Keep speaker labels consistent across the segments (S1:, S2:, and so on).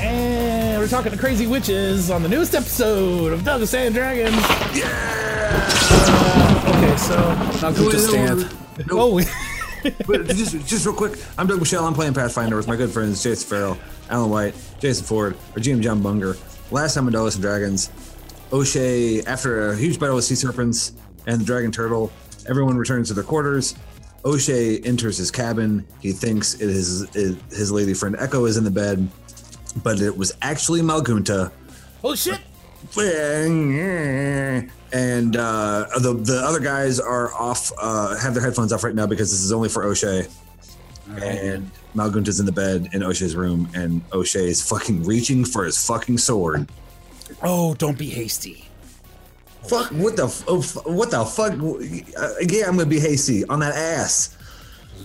S1: And we're talking to crazy witches on the newest episode of Douglas and Dragons. Yeah. okay, so
S2: Not good to stand.
S1: oh,
S2: But just, just real quick, I'm Doug Michelle. I'm playing Pathfinder with my good friends Jason Farrell, Alan White, Jason Ford, Regina John Bunger. Last time on Dollars and Dragons, O'Shea, after a huge battle with sea serpents and the dragon turtle, everyone returns to their quarters. O'Shea enters his cabin. He thinks it is, it, his lady friend Echo is in the bed, but it was actually Malgunta
S1: oh shit!
S2: and uh, the the other guys are off, uh, have their headphones off right now because this is only for O'Shea. And Malgunta's in the bed in O'Shea's room, and O'Shea is fucking reaching for his fucking sword.
S1: Oh, don't be hasty.
S2: Fuck! What the f- oh, f- what the fuck? Uh, yeah, I'm gonna be hasty on that ass.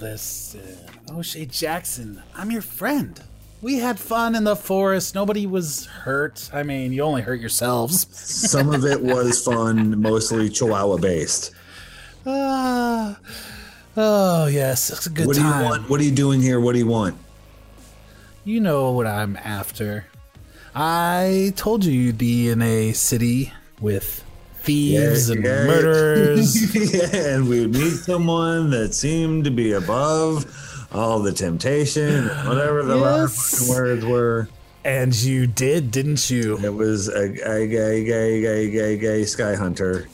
S1: Listen, O'Shea Jackson, I'm your friend. We had fun in the forest. Nobody was hurt. I mean, you only hurt yourselves.
S2: Some of it was fun, mostly Chihuahua based.
S1: Ah, oh yes, it's a good
S2: What do you
S1: time.
S2: want? What are you doing here? What do you want?
S1: You know what I'm after. I told you you'd be in a city with thieves
S2: Yeah,
S1: and
S2: yeah.
S1: murderers.
S2: yeah, and we would meet someone that seemed to be above all the temptation, and whatever the
S1: Yes.
S2: last words were.
S1: and you did, didn't you?
S2: It was a, a gay, gay, gay, gay, gay sky hunter.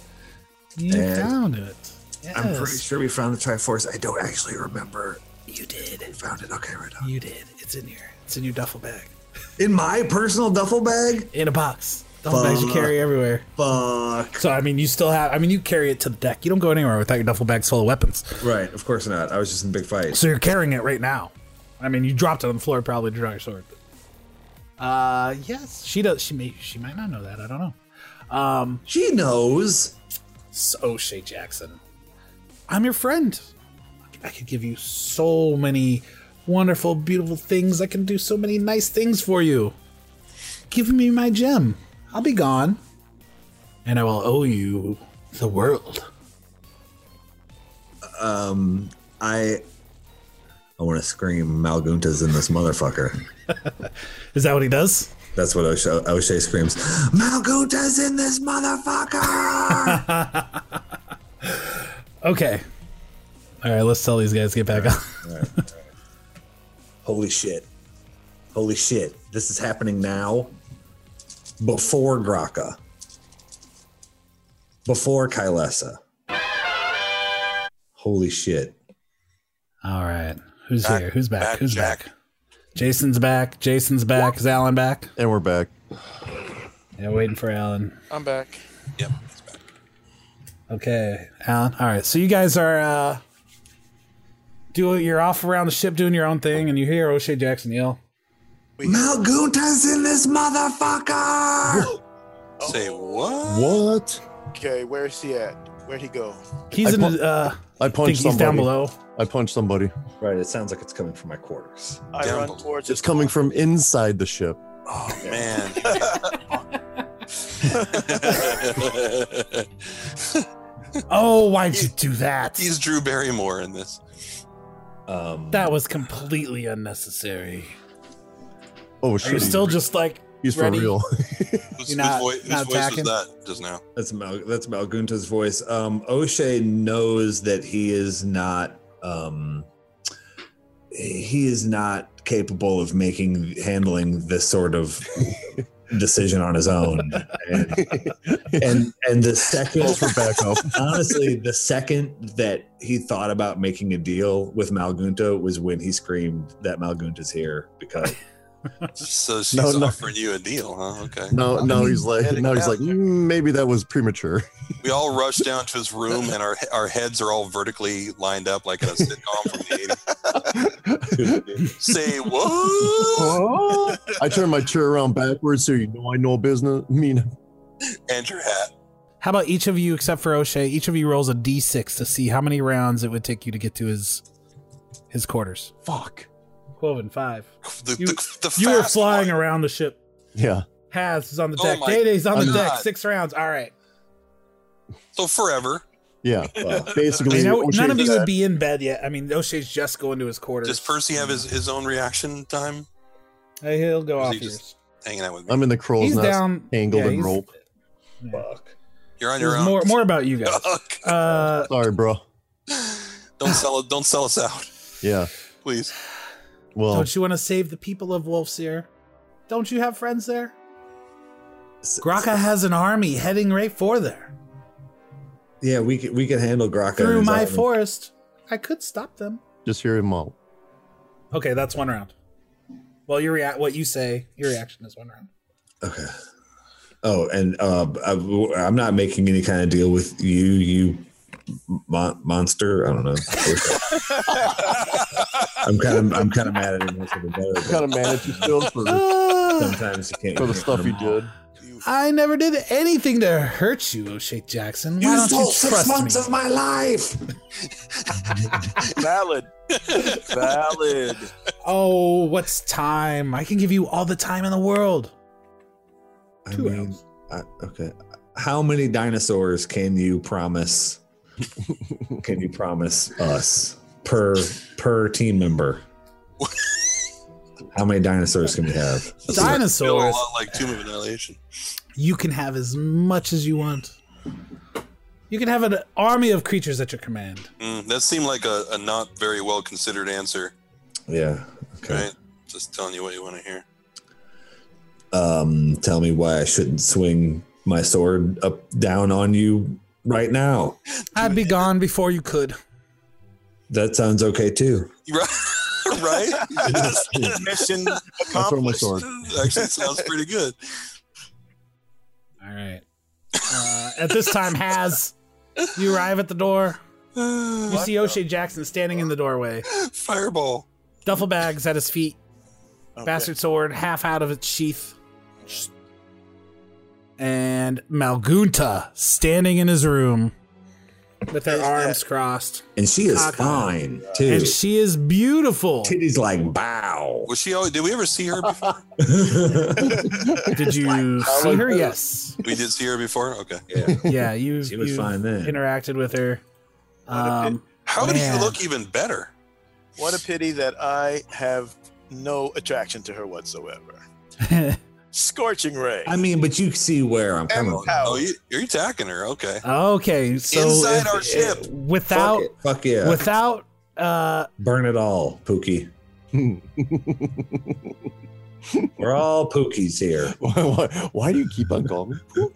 S1: You
S2: And-
S1: found it. Yes.
S2: I'm pretty sure we found the Triforce. I don't actually remember.
S1: you did.
S2: We found it. Okay, right on.
S1: You did. It's in here. It's in your duffel bag.
S2: In my personal duffel bag?
S1: In a box. Duffel bags you carry everywhere.
S2: Fuck.
S1: So I mean, you still have. I mean, you carry it to the deck. You don't go anywhere without your duffel bag's full of weapons.
S2: Right, of course not. I was just in a big fight.
S1: So you're carrying it right now. I mean, you dropped it on the floor probably to draw your sword. Uh, yes, she does. She may. She might not know that. I don't know.
S2: She knows.
S1: So O'Shea Jackson, I'm your friend. I could give you so many wonderful, beautiful things. I can do so many nice things for you. Give me my gem. I'll be gone, and I will owe you the world.
S2: I. I want to scream, Malgunta's in this motherfucker.
S1: Is that what he does?
S2: That's what O'Shea, O'Shea screams. Malgunta's in this motherfucker.
S1: Okay. All right, let's tell these guys to get back on.
S2: Holy shit! Holy shit! This is happening now. Before Graka. Before Kylesa. Holy shit!
S1: All right. Who's here? Who's back?
S3: back,
S1: Who's
S3: Jack.
S1: back? Jason's back. Jason's back. Is Alan back?
S3: And we're back.
S1: Yeah, waiting for Alan.
S4: I'm back.
S3: Yep, it's back.
S1: Okay, Alan. All right. So you guys are uh do you're off around the ship doing your own thing and you hear O'Shea Jackson yell.
S2: Malgunta's in this motherfucker.
S3: Say what?
S4: What? Okay, where's he at? Where'd he go?
S1: He's
S3: I
S1: in
S3: pun-
S1: his, uh
S3: I
S1: I think
S3: punched
S1: he's
S3: somebody.
S1: down below.
S3: I punched somebody.
S2: right. It sounds like it's coming from my quarters.
S4: I
S5: Down
S4: run
S5: below.
S4: towards
S3: It's
S4: his
S3: coming from inside the ship.
S5: Oh man.
S1: Oh, why'd you do that?
S5: He's Drew Barrymore in this.
S2: Um,
S1: That was completely unnecessary.
S3: Oh
S1: Are
S3: shit!
S1: you
S3: he's-
S1: still just like
S3: he's for
S1: ready?
S3: real.
S5: Who's,
S1: You're not-
S5: whose voi- whose
S1: not
S5: voice
S1: attacking?
S5: was that just now?
S2: That's Mal- that's Malgunta's voice. Um, O'Shea knows that he is not um, he is not capable of making handling this sort of decision on his own. And and, and the second
S3: for backup.
S2: honestly, the second that he thought about making a deal with Malgunta was when he screamed that Malgunta's here because
S5: So she's
S6: No, no.
S5: offering you a deal, huh? Okay.
S6: No, no, he's like,
S4: Get it
S6: no, he's
S4: out
S6: like,
S4: there.
S6: "Mm, maybe that was premature.
S5: We all rush down to his room, and our our heads are all vertically lined up like in a sitcom from the 80s. Say what?
S6: I turn my chair around backwards so you know I know business. I mean,
S5: And your hat.
S1: How about each of you, except for O'Shea, each of you rolls a d6 to see how many rounds it would take you to get to his his quarters.
S6: fuck.
S1: Cloven five.
S5: The,
S1: You-
S5: the, the
S1: You were
S5: fast
S1: flying
S5: one.
S1: around the ship.
S6: Yeah.
S1: Has is on the
S5: Oh
S1: deck.
S5: my
S1: Dayday's on the
S5: God.
S1: deck. Six rounds. All right.
S5: So forever,
S6: Yeah. uh, basically,
S1: You know,
S6: O'Shea-
S1: none of you
S5: just-
S1: would be in bed yet. I mean, O'Shea's just going to his quarters.
S5: does Percy have his, his own reaction time?
S1: Hey, he'll go
S5: Does
S1: off
S5: he
S1: yours.
S5: just- Hanging out with me.
S1: Um,
S6: I'm in the crow's
S1: he's
S6: nest,
S1: down.
S6: tangled
S1: yeah,
S6: in
S1: he's-
S6: rope.
S1: yeah.
S5: You're on
S1: This
S5: your
S1: is
S5: own.
S1: More, more about you guys.
S5: Fuck.
S1: Uh,
S6: Sorry, bro.
S5: don't sell it. Don't sell us out,
S6: Yeah.
S5: please.
S6: Well,
S1: Don't you want to save the people of Wolfseer? Don't you have friends there? Graka has an army heading right for there.
S2: Yeah, we could, we could handle Graka.
S1: Through
S2: and his
S1: my
S2: army.
S1: forest, I could stop them.
S6: just hear him out.
S1: Okay, that's one round. Well, your rea- what you say, your reaction is one round.
S2: Okay. Oh, and uh, I, am not making any kind of deal with you, you mon- monster. I don't know. I'm kind of I'm kind of mad at him. That's even better, but
S6: kind of mad at you still for,
S2: Sometimes you can't
S6: for the stuff you did.
S1: I never did anything to hurt you, O'Shea Jackson. Why
S2: You
S1: don't you
S2: stole
S1: trust
S2: six months
S1: me?
S2: of my life.
S4: Valid. Valid.
S1: oh, what's time? I can give you all the time in the world.
S2: I
S1: Two
S2: mean, I, okay. How many dinosaurs can you promise? can you promise us per per team member? How many dinosaurs can we have?
S5: Feel a
S1: Dinosaurs.
S5: lot like Tomb of Annihilation.
S1: You can have as much as you want. You can have an army of creatures at your command.
S5: Mm, that seemed like a, a not very well considered answer,
S2: Yeah. Okay.
S5: right? Just telling you what you want to hear.
S2: Um, tell me why I shouldn't swing my sword up down on you right now.
S1: I'd be gone before you could.
S2: That sounds okay too.
S5: Right? right?
S4: Mission
S6: I throw my
S4: accomplished.
S6: sword.
S5: Actually, it sounds pretty good.
S1: All right. Uh, at this time, Has, you arrive at the door. You see O'Shea Jackson standing in the doorway,
S5: Fireball.
S1: duffel bags at his feet,
S4: Okay.
S1: bastard sword half out of its sheath, and Malgunta standing in his room with her arms crossed,
S2: And she is
S1: Cockeye.
S2: fine too.
S1: and she is beautiful.
S2: Titty's like bow.
S5: Was she always, did we ever see her before?
S1: Did you see her? Yes.
S5: we did see her before? Okay.
S2: yeah,
S1: Yeah, you.
S2: she was
S1: you
S2: fine then.
S1: Interacted with her.
S4: Not a
S1: Um,
S5: How did
S1: Man.
S5: he look even better?
S4: What a pity that I have no attraction to her whatsoever. Scorching ray.
S2: I mean, but you see where I'm coming from.
S5: Oh,
S4: Empowered.
S5: you, you're attacking her. Okay.
S1: Um, okay, so
S5: Inside our ship.
S1: without
S2: Fuck, it. Fuck yeah.
S1: without uh
S2: Burn it all, Pookie.
S6: Hmm.
S2: We're all Pookies here.
S6: why, why, why do you keep on calling me?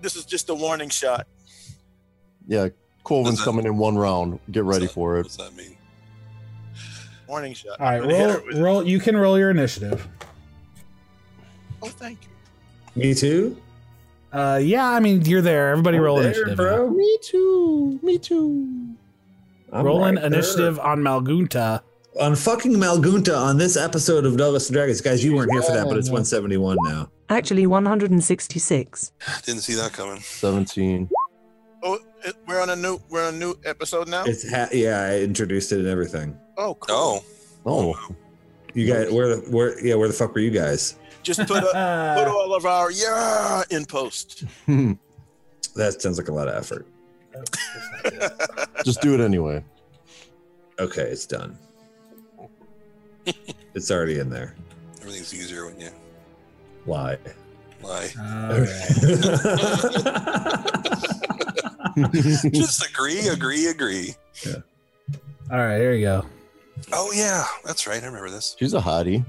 S4: This is just a warning shot.
S6: Yeah, Colvin's
S5: that-
S6: coming in one round. Get ready for
S5: What's
S6: it.
S5: that mean?
S4: Warning shot.
S1: all right
S4: I'm gonna hit
S1: roll,
S4: her with-
S1: roll you can roll your initiative
S4: Oh, thank you.
S2: Me too.
S1: uh yeah i mean you're there everybody roll
S2: There,
S1: initiative
S2: bro.
S6: Me too. Me too.
S2: I'm
S1: rolling
S2: right there.
S1: initiative on malgunta
S2: on fucking Malgunta on this episode of Douglas and Dragons, guys. You weren't here for that, but it's
S6: Yeah.
S2: 171 now.
S7: Actually, 166.
S5: Didn't see that coming.
S6: Seventeen.
S4: Oh, it- we're on a new we're on a new episode now.
S2: It's ha- yeah, I introduced it and everything.
S4: Oh, cool.
S5: Oh,
S6: Oh,
S2: You guys, where the where yeah, where the fuck were you guys?
S4: Just put a,
S1: Uh,
S4: put all of our yeah in post.
S6: hmm.
S2: That sounds like a lot of effort.
S6: just do it anyway.
S2: Okay, it's done. it's already in there.
S5: everything's easier when you
S2: Lie.
S5: lie.
S1: All right.
S5: Just agree, agree, agree.
S1: all right here you go
S5: Oh, yeah. That's right. I remember this.
S6: She's a hottie.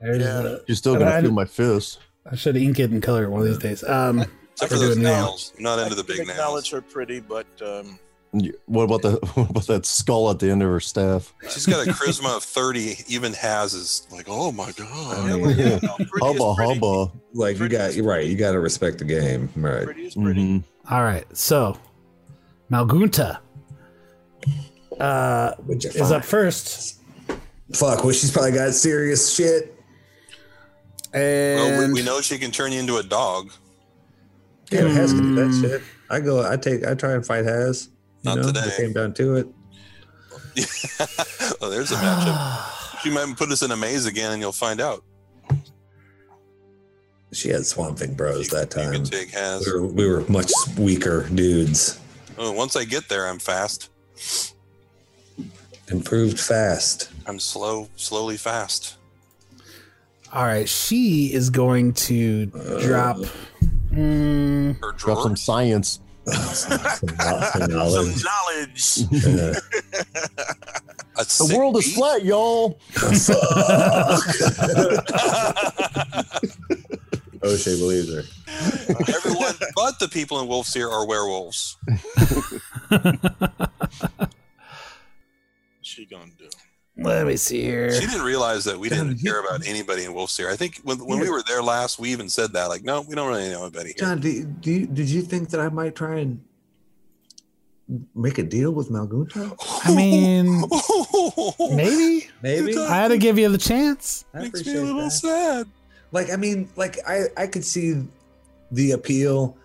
S1: There's
S4: Yeah.
S1: the-
S6: She's still
S1: And I-
S6: gonna feel my fist.
S1: i should ink it and color it one of these days um
S5: Except
S1: We're
S5: for those
S1: doing nails.
S5: nails. I'm not into the
S4: I can
S5: big nails.
S4: acknowledge her pretty, but um,
S6: What about the what about that skull at the end of her staff?
S5: She's got a charisma of 30, even has is like, oh my God.
S2: Oh,
S5: Like,
S6: yeah.
S5: no, pretty is
S6: Hubba
S5: pretty.
S6: hubba.
S2: Like you got, you're right. You got to respect the game, right?
S4: Pretty is pretty.
S6: Mhm.
S1: All right, so Malgunta uh,
S2: Which
S1: is up first,
S2: Fuck. Well, she's probably got serious shit.
S1: and
S5: Well, we, we know she can turn you into a dog.
S2: Yeah, Has can do that shit. I go. I take. I try and fight Has.
S5: Not
S2: if
S5: today.
S2: it Came down to it.
S5: oh, there's a matchup. she might put us in a maze again, and you'll find out.
S2: She had Swamp Thing Bros that
S5: You
S2: time.
S5: can take has.
S2: We were, we were much weaker dudes.
S5: Oh, once I get there, I'm fast.
S2: Improved fast.
S5: I'm slow, slowly fast.
S1: all right, she is going to drop. Mm,
S5: Her drawer.
S6: Drop some science.
S2: Some
S4: Some
S2: knowledge.
S4: knowledge.
S2: Yeah.
S5: a
S6: The
S5: sick
S6: world is
S5: beat?
S6: flat, y'all.
S2: O'Shea believes her.
S5: Everyone but the people in Wolf's Ear are werewolves.
S4: She gonna do.
S1: let me see here.
S5: She didn't realize that we didn't care about anybody in Wolf's Ear. I think when, when we were there last, we even said that. Like, no, we don't really know anybody here.
S2: John, do, you- do you, did you think that I might try and make a deal with Malgunta?
S1: I mean, maybe
S2: Maybe.
S1: I had to give you the chance.
S2: I
S5: makes me
S2: appreciate
S5: a little
S2: that.
S5: sad.
S2: Like, I mean, like I, I could see the appeal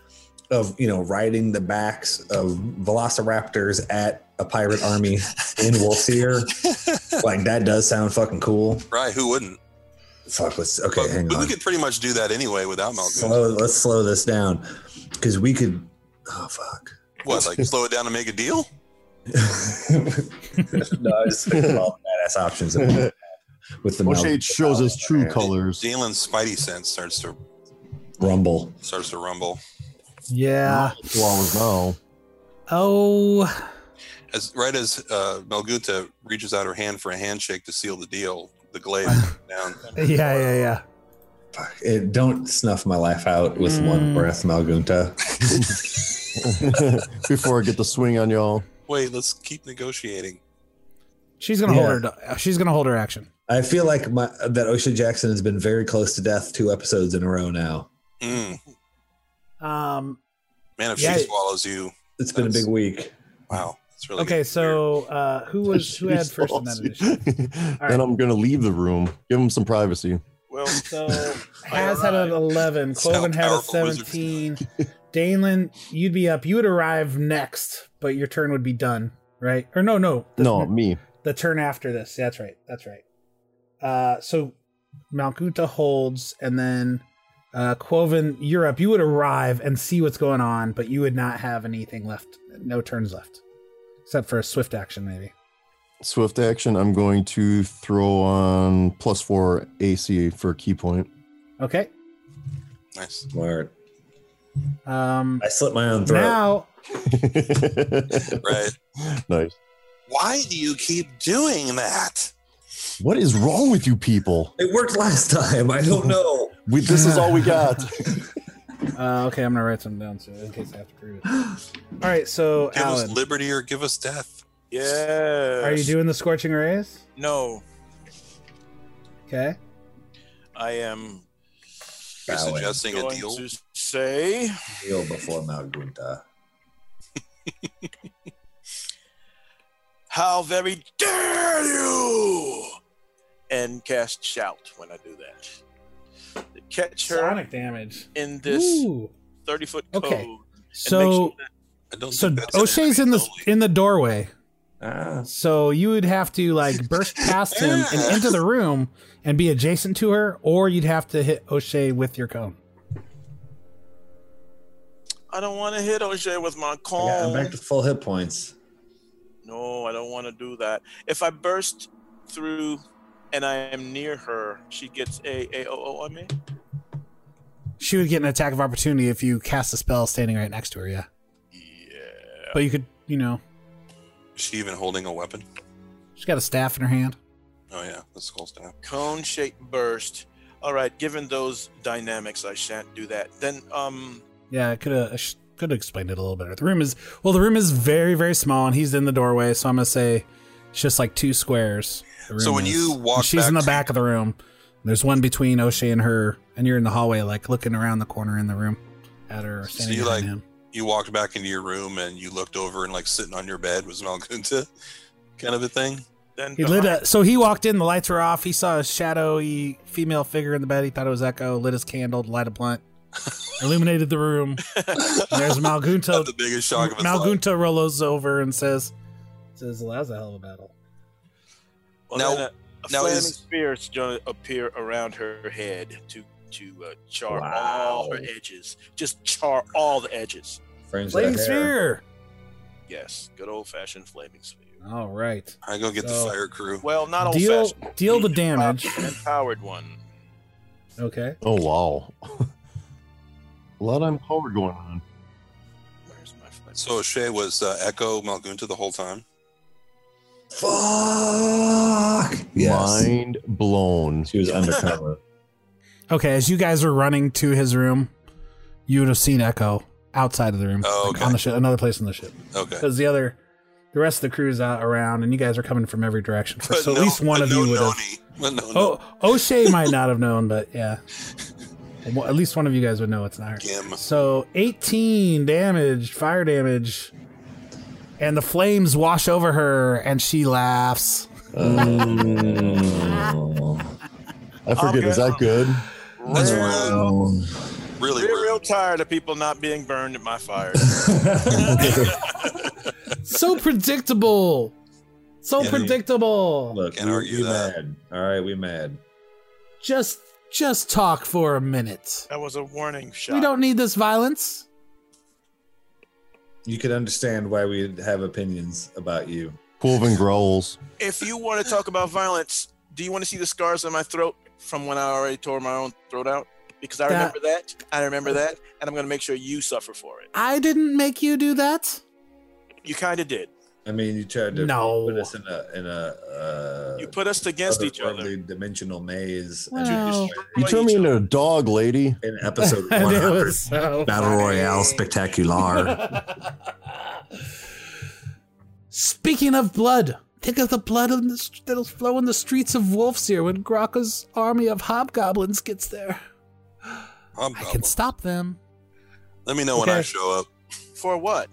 S2: of you know riding the backs of velociraptors at a pirate army in Wolfseer. like that does sound fucking cool.
S5: Right? Who wouldn't?
S2: Fuck. Let's okay.
S5: But-
S2: hang
S5: but
S2: on.
S5: we could pretty much do that anyway without Malcolm.
S2: slow, let's slow this down because we could. Oh fuck.
S5: What? Like, slow it down and make a deal?
S2: no, I was thinking about all the badass options that we have with the
S6: O'Shea
S2: Malgunta
S6: shows us true
S2: power.
S6: colors.
S5: Zealand's spidey sense starts to
S2: rumble.
S5: starts to rumble.
S1: Yeah.
S6: Two hours now.
S1: Oh,
S5: As right as uh, Malguta reaches out her hand for a handshake to seal the deal, the glaive down.
S1: yeah, yeah, yeah.
S2: Fuck. It, don't snuff my life out with one breath, Malgunta.
S6: Before I get the swing on y'all.
S5: Wait, let's keep negotiating.
S1: She's gonna
S2: Yeah.
S1: hold her. She's gonna hold her action.
S2: I feel like my that Osha Jackson has been very close to death two episodes in a row now.
S5: Mm.
S1: Um.
S5: Man, if
S1: Yeah.
S5: she swallows you,
S2: It's been a
S5: That's-
S2: big week.
S5: wow, that's really
S1: Okay,
S5: good.
S1: so uh, who was who had first in that initiative?
S6: Then I'm gonna leave the room. Give him some privacy.
S4: Well,
S1: So Has had an eleven,
S5: That's how
S1: Cloven had a
S5: powerful wizards
S1: seventeen. Danelin, you'd be up. You would arrive next, but your turn would be done, right? Or no, no, the,
S6: No, me.
S1: the turn after this. That's right. That's right. Uh, so Malkuta holds, and then uh, Quoven, you're up. You would arrive and see what's going on, but you would not have anything left. No turns left, except for a swift action, maybe.
S6: Swift action. I'm going to throw on plus four AC for key point.
S1: Okay.
S5: nice.
S2: Smart.
S1: Um,
S2: I slit my own throat.
S1: now
S5: Right?
S6: nice.
S5: Why do you keep doing that?
S6: What is wrong with you people?
S2: It worked last time. I don't know.
S6: We, this is all we got.
S1: Uh, okay, I'm gonna write some down so in case I have to prove it. All right, so
S5: Give us
S1: Alan,
S5: liberty or give us death.
S4: yeah.
S1: are you doing the scorching rays?
S4: No,
S1: Okay.
S4: I am
S5: You're
S2: Valid.
S5: suggesting a
S4: going
S5: deal.
S4: to say
S2: Deal before Malgunta.
S4: how very dare you, and cast shout when I do that. To catch her
S1: Sonic damage.
S4: in this
S1: Ooh.
S4: thirty foot code.
S1: Okay.
S4: and make sure
S1: So,
S4: that-
S5: I don't
S1: so
S5: think that's
S1: O'Shea's in the
S5: totally.
S1: in the doorway.
S2: Ah,
S1: So you would have to like burst past him and into the room and be adjacent to her, or you'd have to hit O'Shea with your cone.
S4: I don't want to hit O'Shea with my
S2: I
S4: cone.
S2: got- I'm back to full hit points.
S4: No, I don't want to do that. If I burst through and I am near her, she gets a oh, AOO on me.
S1: She would get an attack of opportunity if you cast a spell standing right next to her. Yeah,
S4: Yeah.
S1: but you could, you know,
S5: Is she even holding a weapon?
S1: she's got a staff in her hand.
S5: Oh yeah, the skull staff.
S4: Cone shaped burst. All right, given those dynamics, I shan't do that. Then, um,
S1: Yeah, it could have. could have explained it a little better. The room is well, the room is very very small, and he's in the doorway. So I'm gonna say it's just like two squares. the
S5: So
S1: room
S5: when
S1: is.
S5: you
S1: And
S5: walk
S1: she's in the
S5: back to-
S1: back of the room. and There's one between O'Shea and her, and you're in the hallway, like looking around the corner in the room at her. or
S5: So
S1: standing
S5: you,
S1: behind
S5: like,
S1: him.
S5: You walked back into your room and you looked over and like sitting on your bed was Malgunta, kind of a thing.
S4: Then
S1: He lit a, so he walked in, the lights were off. He saw a shadowy female figure in the bed. He thought it was Echo, lit his candle, light a blunt, illuminated the room. And there's Malgunto.
S5: Not the biggest shock of his life.
S1: Malgunta rolls over and says, says, well, that was a hell of a battle.
S4: Well,
S5: Now-
S4: then a, a
S5: now
S4: flaming
S5: is-
S4: spear is going to appear around her head to to uh, char all her edges. Just char all the edges.
S2: Fringe
S1: Lady
S2: that hair.
S1: Sphere!
S4: Yes, good old fashioned flaming spear.
S1: All right.
S5: I go get
S4: Oh.
S1: So-
S5: the fire crew.
S4: Well, not old
S1: Deal,
S4: fashioned.
S1: deal the damage.
S4: Empowered one.
S1: Okay.
S6: Oh wow. A lot of power going on.
S4: Where's my flame?
S5: So Shay was uh, Echo Malgunta the whole time.
S2: Fuck. Yes.
S6: Mind blown.
S2: She was undercover.
S1: Okay, as you guys are running to his room, you would have seen Echo outside of the room.
S5: Oh,
S1: like,
S5: okay.
S1: on the ship, another place on the ship.
S5: Okay.
S1: Because the other, the rest of the crew's out around, and you guys are coming from every direction.
S5: But
S1: so at
S5: no-
S1: least one
S5: but
S1: of
S5: no
S1: you would have.
S5: Noni. But no Noni.
S1: Oh, O'Shea might not have known, but yeah. Well, at least one of you guys would know it's not her.
S5: Gim.
S1: So 18 damage, fire damage. And the flames wash over her, and she laughs.
S5: Mm.
S6: I forget, is that good?
S5: That's really,
S2: Oh.
S5: really
S4: Real, real
S5: rude.
S4: tired of people not being burned at my fire.
S1: So predictable. So
S5: Yeah.
S1: predictable.
S2: Look,
S5: Can't
S2: we,
S5: argue
S2: we
S5: that.
S2: mad. All right, we mad.
S1: Just just talk for a minute.
S4: That was a warning shot.
S1: We don't need this violence.
S2: You could understand why we have opinions about you.
S6: Quoven growls.
S4: if you want to talk about violence, do you want to see the scars on my throat from when I already tore my own throat out? Because I
S1: That-
S4: remember that. I remember that. And I'm going to make sure you suffer for it.
S1: I didn't make you do that.
S4: You kind of did.
S2: I mean, you tried to
S1: No.
S2: put us in a in a uh,
S4: You put us against each other.
S2: otherworldly dimensional maze. and
S1: Well,
S2: just-
S6: You
S4: Right,
S6: turned me
S4: each
S6: into
S4: other.
S6: a dog, lady.
S2: in episode
S1: And
S2: one
S1: it was so
S2: battle
S1: funny.
S2: royale spectacular.
S1: Speaking of blood, think of the blood in the, st- that'll flow in the streets of Wolf's Ear when Grokka's army of hobgoblins gets there.
S5: I'm
S1: I can
S5: dumb.
S1: stop them.
S5: Let me know when
S1: Okay.
S5: I show up.
S4: For what?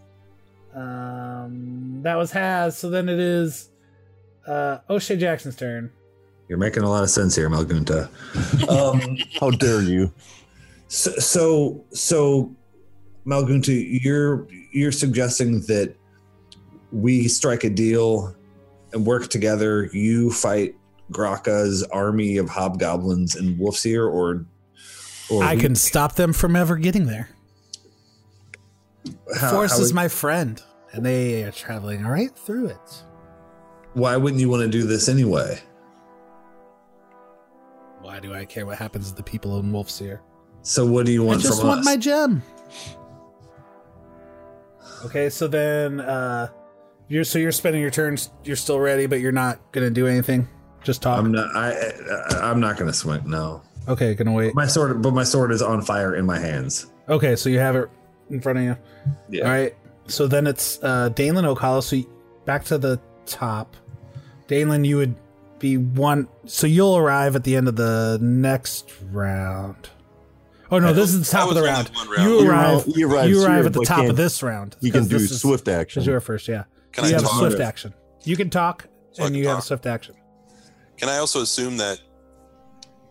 S1: Um, that was Has. So then it is uh, O'Shea Jackson's turn.
S2: You're making a lot of sense here, Malgunta. Um,
S6: How dare you?
S2: so, so, so, Malgunta, you're you're suggesting that we strike a deal and work together. You fight Graka's army of hobgoblins and wolf's ear, or, or
S1: I
S2: we-
S1: can stop them from ever getting there.
S2: how-
S1: Force
S2: how
S1: is
S2: would-
S1: my friend, and they are traveling right through it.
S2: Why wouldn't you want to do this anyway?
S1: Why do I care what happens to the people in Wolf's Ear?
S2: So, what do you want
S1: I just
S2: from
S1: want
S2: us?
S1: my gem. Okay, so then uh you're so you're spending your turns. You're still ready, but you're not gonna do anything. Just talk.
S2: I'm not. I, I I'm not going to swing. No,
S1: okay, gonna wait.
S2: my sword. But my sword is on fire in my hands.
S1: Okay, so you have it in front of you.
S2: Yeah.
S1: All right. So then it's uh Danelin Ocala. So you- back to the top. Danelin, you would be one. So you'll arrive at the end of the next round. Oh no, this is the top
S5: I
S1: of the
S5: was
S1: round.
S5: only one
S1: You
S5: round.
S6: You
S1: arrive.
S6: arrive- you arrive
S1: you
S6: here,
S1: arrive at the
S6: but
S1: top of
S6: can't-
S1: this round.
S6: You can
S1: 'cause
S6: do
S1: this is-
S6: swift
S1: Because
S6: action.
S1: you were first, yeah.
S5: Can
S1: you
S5: I
S1: have
S5: talk?
S1: swift action. You can talk,
S5: So I
S1: and
S5: can
S1: you have
S5: talk.
S1: swift action.
S5: Can I also assume that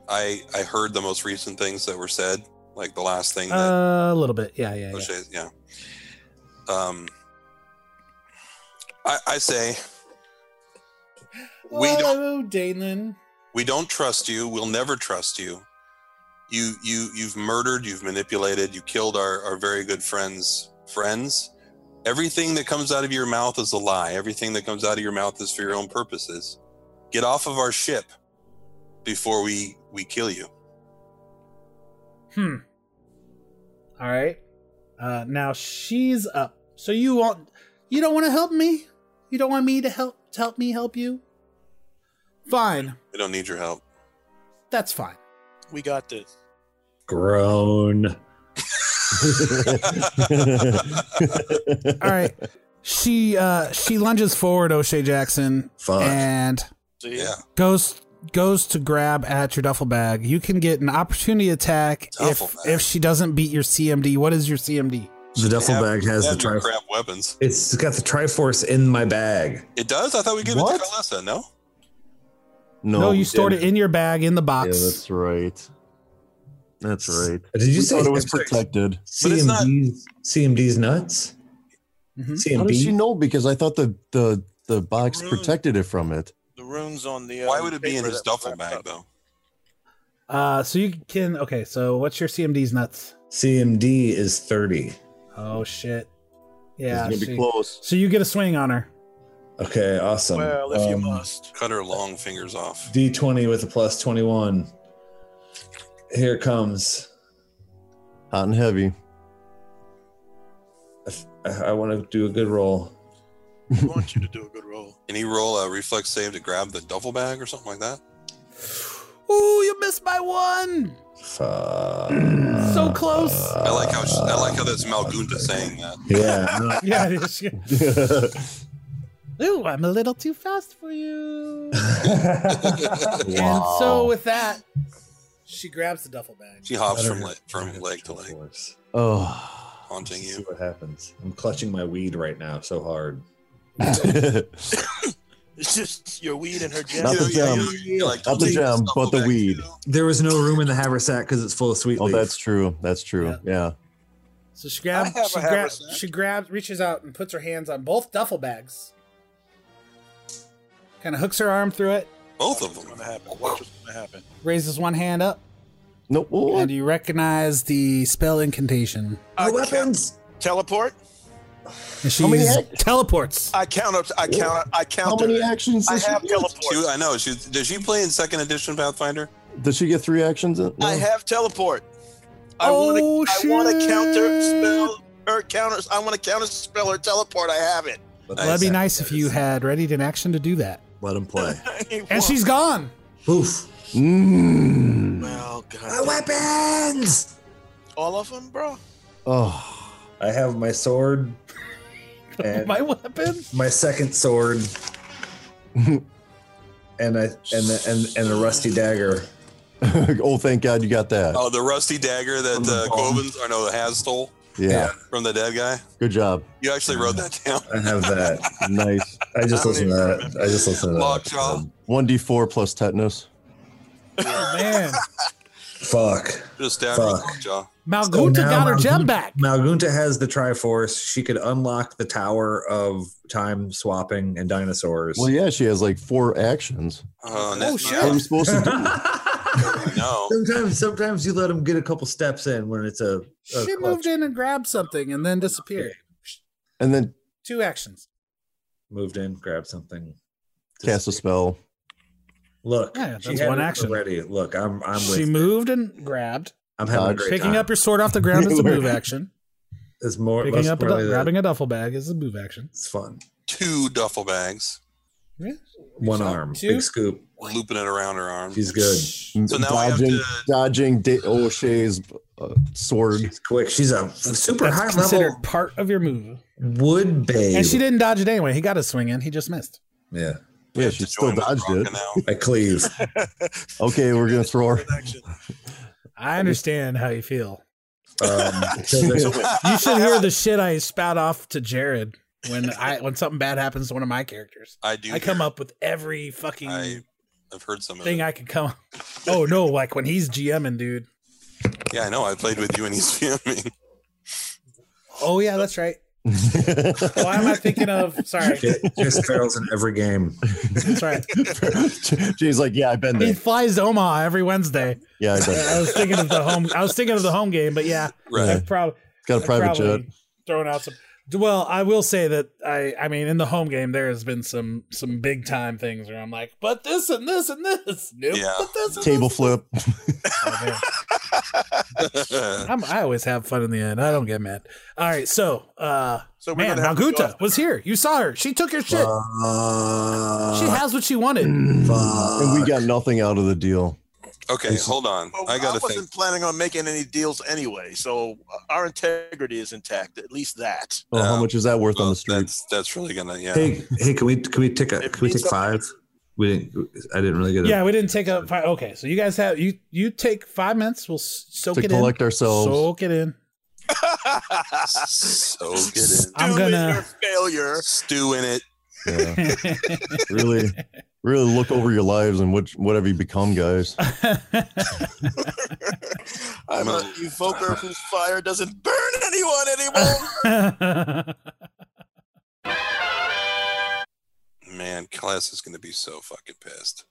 S5: I I heard the most recent things that were said, like the last thing that Oh,
S1: Uh, a little bit, yeah, yeah, yeah.
S5: O'Shea, yeah. Um, I, I say we don't
S1: Hello, Danelin.
S5: we don't trust you. We'll never trust you. You you you've murdered. You've manipulated. You killed our our very good friends friends. Everything that comes out of your mouth is a lie. Everything that comes out of your mouth is for your own purposes. Get off of our ship before we we kill you.
S1: Hmm. All right. Uh, now she's up. So you want you don't want to help me? You don't want me to help to help me help you? Fine.
S5: We don't need your help.
S1: That's fine.
S4: We got this.
S2: Groan.
S1: All right. She uh she lunges forward, O'Shea Jackson,
S2: Fuck.
S1: and
S4: See?
S5: yeah.
S1: goes goes to grab at your duffel bag. You can get an opportunity attack
S5: Duffel
S1: if
S5: bag.
S1: if she doesn't beat your CMD. What is your CMD?
S2: The duffel
S5: Have-
S2: bag has the
S5: have your
S2: tri.
S5: crap weapons.
S2: It's got the Triforce in my bag.
S5: It does. I thought we gave
S6: What?
S5: it to Kalesa. No.
S6: No,
S1: No, you stored it
S6: didn't.
S1: in your bag in the box.
S6: Yeah, that's right. That's right.
S2: Did you
S6: You
S2: say
S6: thought it was
S2: I'm sorry,
S6: protected.
S5: But it's not-
S2: CMD's CMD's nuts?
S1: Mhm.
S6: How
S2: CMB?
S6: does she know? Because I thought the the the box
S4: Rude.
S6: protected it from it.
S4: The runes on the.
S5: Why
S4: um,
S5: would it be in
S4: paper
S5: his
S4: that was
S5: duffel
S4: wrapped
S5: bag
S4: up?
S5: though?
S1: Uh, so you can okay. So what's your CMD's nuts?
S2: CMD is 30.
S1: Oh shit! Yeah.
S6: it's gonna
S1: she-
S6: be close.
S1: so you get a swing on her.
S2: Okay, awesome.
S4: Well, if you
S2: Um,
S4: must.
S5: Cut her long fingers off.
S2: D20 with a plus 21. Here it comes.
S6: Hot and heavy.
S2: I, I want to do a good roll.
S4: I want you to do a good roll.
S5: Can he roll a reflex save to grab the duffel bag or something like that?
S1: Ooh, you missed by one.
S2: Fuck.
S6: Ah.
S1: So close.
S5: I like how I like how that's Malgunta saying that.
S2: Yeah.
S1: yeah. it is. Ooh, I'm a little too fast for you. And so with that, she grabs the duffel bag.
S5: She hops from leg, from leg to leg,
S2: Triforce.
S6: oh.
S5: haunting
S2: See
S5: you.
S2: what happens. I'm clutching my weed right now so hard.
S4: It's just your weed and her jam.
S6: Not the um,
S5: You know,
S6: gem.
S5: you- you- you're like,
S6: Not
S5: "Don't
S6: the
S5: take this
S6: gem,
S5: duffel
S6: but the
S5: bag,
S6: weed."
S5: too."
S2: There was no room in the haversack because it's full of sweet
S6: oh,
S2: leaf.
S6: that's true. That's true.
S1: Yeah.
S6: Yeah.
S1: So she
S4: I
S1: grabs.
S4: have
S1: She,
S4: a
S1: grab,
S4: haversack.
S1: she grabs. Reaches out and puts her hands on both duffel bags. Kind of hooks her arm through it.
S5: Both of
S4: What's
S5: them.
S4: gonna happen? What's gonna happen?
S1: Raises one hand up.
S6: Nope.
S1: And you recognize the spell incantation.
S2: My
S4: I
S2: weapons.
S4: count- teleport.
S1: And she
S6: How many
S1: uses-
S6: act-
S1: teleports.
S4: I count. I count. I
S6: How
S4: count.
S6: many actions
S4: I
S6: does she
S4: have
S6: get?
S5: She,
S4: teleport.
S5: I know. She, does she play in second edition Pathfinder?
S6: Does she get three actions? in-
S4: I
S6: no?
S4: have teleport. I
S1: Oh,
S4: want to. I want to
S1: shit.
S4: counter spell or counter. I want to counter spell or teleport. I have it.
S1: Well, that'd be nice if you had readied an action to do that.
S2: Let him play.
S1: And she's gone.
S2: Oof.
S6: Mm.
S4: Well, Oh, God.
S2: My weapons.
S4: All of them, bro.
S6: Oh.
S2: I have my sword. And
S1: My weapon.
S2: my second sword and I and and and a rusty dagger.
S6: oh, thank God you got that.
S5: Oh, the rusty dagger that uh, Govins or no, has stole
S6: yeah.
S5: from the dead guy.
S6: Good job.
S5: You actually wrote that down.
S2: I have that.
S6: Nice.
S2: I just
S4: I don't
S2: listen to
S4: even
S2: that.
S4: remember.
S2: I just listen to
S5: Lockjaw.
S2: that.
S6: 1d4 plus tetanus.
S1: Oh, man.
S2: Fuck.
S5: Just stabbed her with
S2: Fuck.
S5: lockjaw.
S1: Malgunta
S2: So now
S1: got her gem
S2: Malgunta-
S1: back.
S2: Malgunta has the Triforce. She could unlock the Tower of Time Swapping and Dinosaurs.
S6: Well, yeah, she has like four actions.
S5: Oh,
S1: Oh,
S5: that's
S1: shit.
S6: What are
S5: not-
S6: you supposed to do?
S5: No.
S2: sometimes, sometimes you let them get a couple steps in when it's a. a
S1: She
S2: clutch
S1: moved in and grabbed something and then disappeared.
S6: And then
S1: Two actions.
S2: Moved in, grabbed something.
S6: cast a spell.
S2: Look,
S1: Yeah,
S2: she
S1: that's
S2: had
S1: one
S2: it
S1: action.
S2: already. Look, I'm, I'm
S1: she
S2: with.
S1: moved and grabbed.
S2: I'm having a
S6: Dodge.
S2: great
S1: Picking
S2: time.
S1: up your sword off the ground is a move action.
S2: It's more
S1: Picking
S2: most
S1: up, a
S2: probably
S1: du-
S2: the-
S1: grabbing a duffel bag is a move action.
S2: It's fun.
S5: Two duffel bags,
S2: One arm,
S1: Two. Oh,
S2: big scoop.
S5: looping it around her arm.
S2: She's good.
S5: So now I have
S6: dodging,
S5: to-
S6: dodging da- O'Shea's uh, sword.
S2: She's quick. She's a super
S1: That's
S2: high
S1: considered
S2: level
S1: part of your move.
S2: wood babe.
S1: And she didn't dodge it anyway. He got a swing in. He just missed.
S2: Yeah,
S6: Yeah, she still
S5: Join with
S6: dodged
S5: Bronca
S6: it.
S2: I
S5: now.
S2: cleave.
S6: Okay, we're gonna throw her.
S1: I understand how you feel.
S2: Um, so there's-
S1: You should hear the shit I spout off to Jared when I when something bad happens to one of my characters.
S5: I do.
S1: I come
S5: hear-
S1: up with every fucking
S5: I, I've heard some of it.
S1: thing I could come. Oh no! Like when he's GMing, dude.
S5: yeah, I know. I played with you and he's filming.
S1: Oh yeah, that's right. Why am I thinking of? Sorry,
S2: J- Jason Farrell's in every game.
S1: that's right.
S6: She's like, yeah, I've been
S1: He
S6: there.
S1: flies to Omaha every Wednesday.
S6: Yeah, I've been
S1: Yeah, I
S6: there.
S1: was thinking of the home. I was thinking of the home game, but yeah,
S5: Right.
S1: I've probably
S6: Got a private jet.
S1: throwing out some. Well, I will say that I. I mean, in the home game, there has been some some big time things where I'm like, but this and this and this. Nope,
S5: Yeah.
S1: But this and
S6: Table
S1: This.
S6: flip.
S1: Oh, man. I'm, I always have fun in the end. I don't get mad. All right, so uh,
S4: So we're
S1: man,
S4: gonna have to go
S1: Malguta
S4: off-
S1: was here. You saw her. She took her shit.
S2: Uh,
S6: Uh,
S1: she has what she wanted.
S2: fuck. uh,
S6: And we got nothing out of the deal.
S5: Okay, hold on.
S4: Well,
S5: I gotta
S4: wasn't
S5: think.
S4: planning on making any deals anyway, so our integrity is intact. At least that.
S6: Oh, how
S5: Um,
S6: much is that worth on
S5: Well,
S6: the street?
S5: that's that's really gonna yeah.
S2: Hey, hey, can we can we take a
S4: It
S2: can we
S4: means
S2: take five? We didn't. I didn't really get it.
S1: Yeah, we didn't take up. Five, okay, so you guys have you you take five minutes. We'll s- soak
S6: To
S1: it
S6: collect
S1: in.
S6: ourselves.
S1: Soak it in.
S5: so get in.
S1: I'm
S4: Doom is
S1: gonna-
S4: your failure.
S5: Stew in it.
S6: Yeah. really, really look over your lives and what whatever you become, guys.
S4: I'm a evoker whose fire doesn't burn anyone anymore.
S5: Man, class is gonna be so fucking pissed.